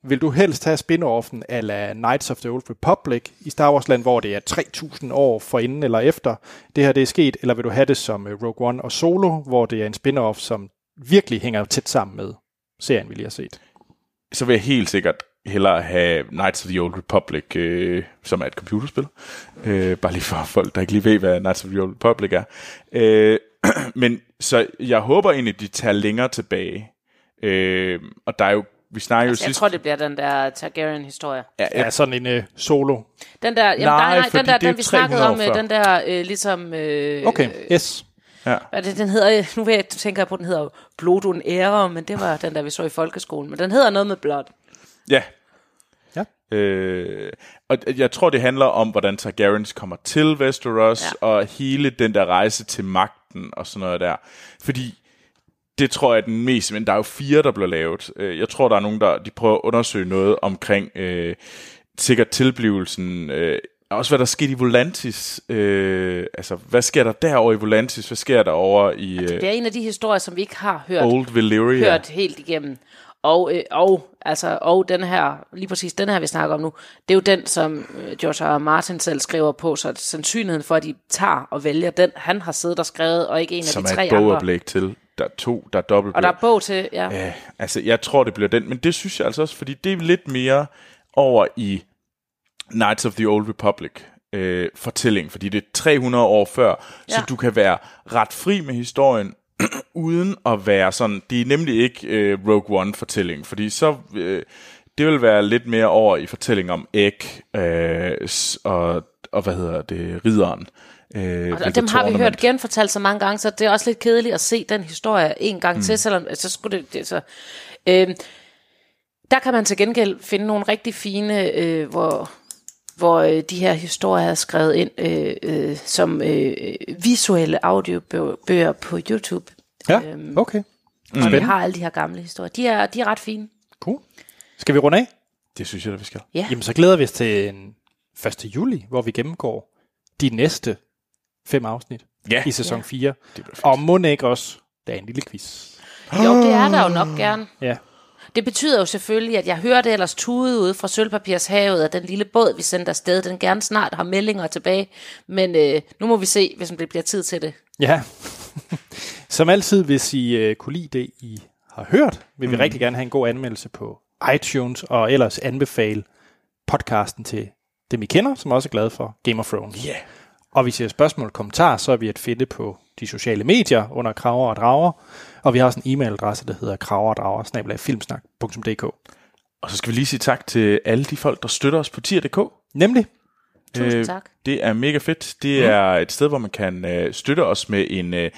Vil du helst have spin-offen ala Knights of the Old Republic i Star Wars-land, hvor det er 3.000 år forinden eller efter, det her det er sket, eller vil du have det som øh, Rogue One og Solo, hvor det er en spin-off, som virkelig hænger tæt sammen med serien, vi lige har set? så vil jeg helt sikkert hellere have Knights of the Old Republic, øh, som er et computerspil. Øh, bare lige for folk, der ikke lige ved, hvad Knights of the Old Republic er. Øh, men så jeg håber egentlig, de tager længere tilbage. Øh, og der er jo, vi snakker jo Altså, Jeg sidst... tror, det bliver den der Targaryen-historie. ja, Ja, sådan en øh, solo. Den der, jamen, Nej, nej, nej, fordi den der, det er den vi snakkede om, 300 øh, år før. den der, øh, ligesom, øh, Okay, yes. ja, Hvad er det, den hedder, Øh, nu ved jeg, tænker jeg på, den hedder Blodun Ære, men det var den der, vi så i folkeskolen. Men den hedder noget med blod. ja. Ja. Øh, og jeg tror, det handler om, hvordan Targaryens kommer til Westeros, ja. og hele den der rejse til magten og sådan noget der. Fordi det tror jeg er den mest, men der er jo fire, der bliver lavet. Øh, Jeg tror, der er nogen, der de prøver at undersøge noget omkring øh, sikkert tilblivelsen. Øh, og også hvad der skete i Volantis. Øh, altså, hvad sker der derovre i Volantis? Hvad sker der over i øh, Altså, Det er en af de historier, som vi ikke har hørt, Old Valyria? hørt helt igennem. Og, øh, og, altså, og den her, lige præcis den her, vi snakker om nu, det er jo den, som øh, George R. R. Martin selv skriver på, så sandsynligheden for, at de tager og vælger den, han har siddet og skrevet, og ikke en Som af de er tre et andre. bogoplæg til. Der er to, der er dobbelt. Og der er bog til, ja. Ja, altså jeg tror, det bliver den, men det synes jeg altså også, fordi det er lidt mere over i Knights of the Old Republic øh, fortælling, fordi det er 300 år før, ja. så Ja. du kan være ret fri med historien, uden at være sådan, det er nemlig ikke øh, Rogue One fortælling, fordi så øh, det vil være lidt mere over i fortælling om æg øh, s- og, og hvad hedder det, ridderen. Øh, Og dem har vi hørt genfortalt så mange gange, så det er også lidt kedeligt at se den historie en gang mm. til, selvom så skulle det, det så. Øhm, der kan man til gengæld finde nogle rigtig fine, øh, hvor, hvor øh, de her historier er skrevet ind øh, øh, som øh, visuelle audiobøger på YouTube. Ja, okay. Mm. Og vi har alle de her gamle historier. De er, de er ret fine. Cool. Skal vi runde af? Det synes jeg, da vi skal. Ja. Jamen, så glæder vi os til en 1. juli, hvor vi gennemgår de næste fem afsnit Ja. i sæson Ja. 4. Det bliver fedt. Og må ikke også, der er en lille quiz. Jo, det er der jo nok gerne. Ja. Det betyder jo selvfølgelig, at jeg hørte ellers tude ude fra Sølvpapirshavet, at den lille båd, vi sendte afsted, den gerne snart har meldinger tilbage. Men øh, nu må vi se, hvis det bliver tid til det. Ja. Som altid, hvis I øh, kunne lide det, I har hørt, vil vi mm. rigtig gerne have en god anmeldelse på iTunes, og ellers anbefale podcasten til dem, I kender, som også er glade for Game of Thrones. Ja. Yeah. Og hvis I har spørgsmål og kommentarer, så er vi at finde på de sociale medier under Kraver og Drager. Og vi har også en e-mailadresse, der hedder kraverdrager Og så skal vi lige sige tak til alle de folk, der støtter os på tier.dk. Nemlig, Tusind tak. Øh, Mhm. Det er mega fedt. Det mm. er et sted, hvor man kan øh, støtte os med en, øh,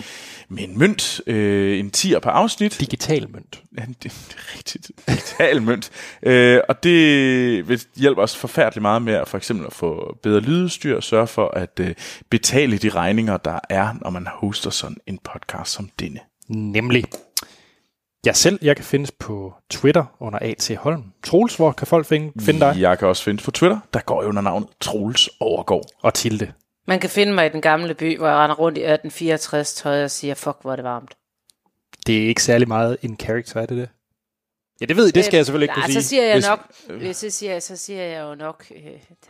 med en mønt, øh, en tier per afsnit. digital mønt. Ja, det, det er rigtigt. Digital mønt. Øh, og det vil hjælpe os forfærdeligt meget med at for eksempel at få bedre lydudstyr og sørge for at øh, betale de regninger, der er, når man hoster sådan en podcast som denne. Nemlig. Jeg selv, jeg kan findes på Twitter under A.T. Holm. Troels, hvor kan folk finde, finde dig? Jeg kan også findes på Twitter. Der går jeg under navnet Troels Overgaard. Og Tilde. Man kan finde mig i den gamle by, hvor jeg render rundt i 1864 tøj og siger, fuck, hvor er det varmt. Det er ikke særlig meget en character, er det det? Ja, det ved I, det skal jeg selvfølgelig ikke Øh, Nej, kunne så sige. siger jeg Hvis- nok, hvis så siger jeg, så siger jeg jo nok, øh,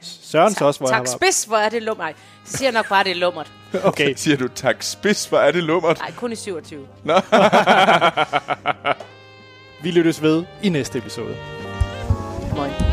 Søren så også, hvor tak jeg spids, hvor er det lummert. Nej, så siger jeg nok bare, det er lummert. var. Okay, Siger du tak spids, hvor er det lummert? Nej, kun i 27. Vi lyttes ved i næste episode. Moin.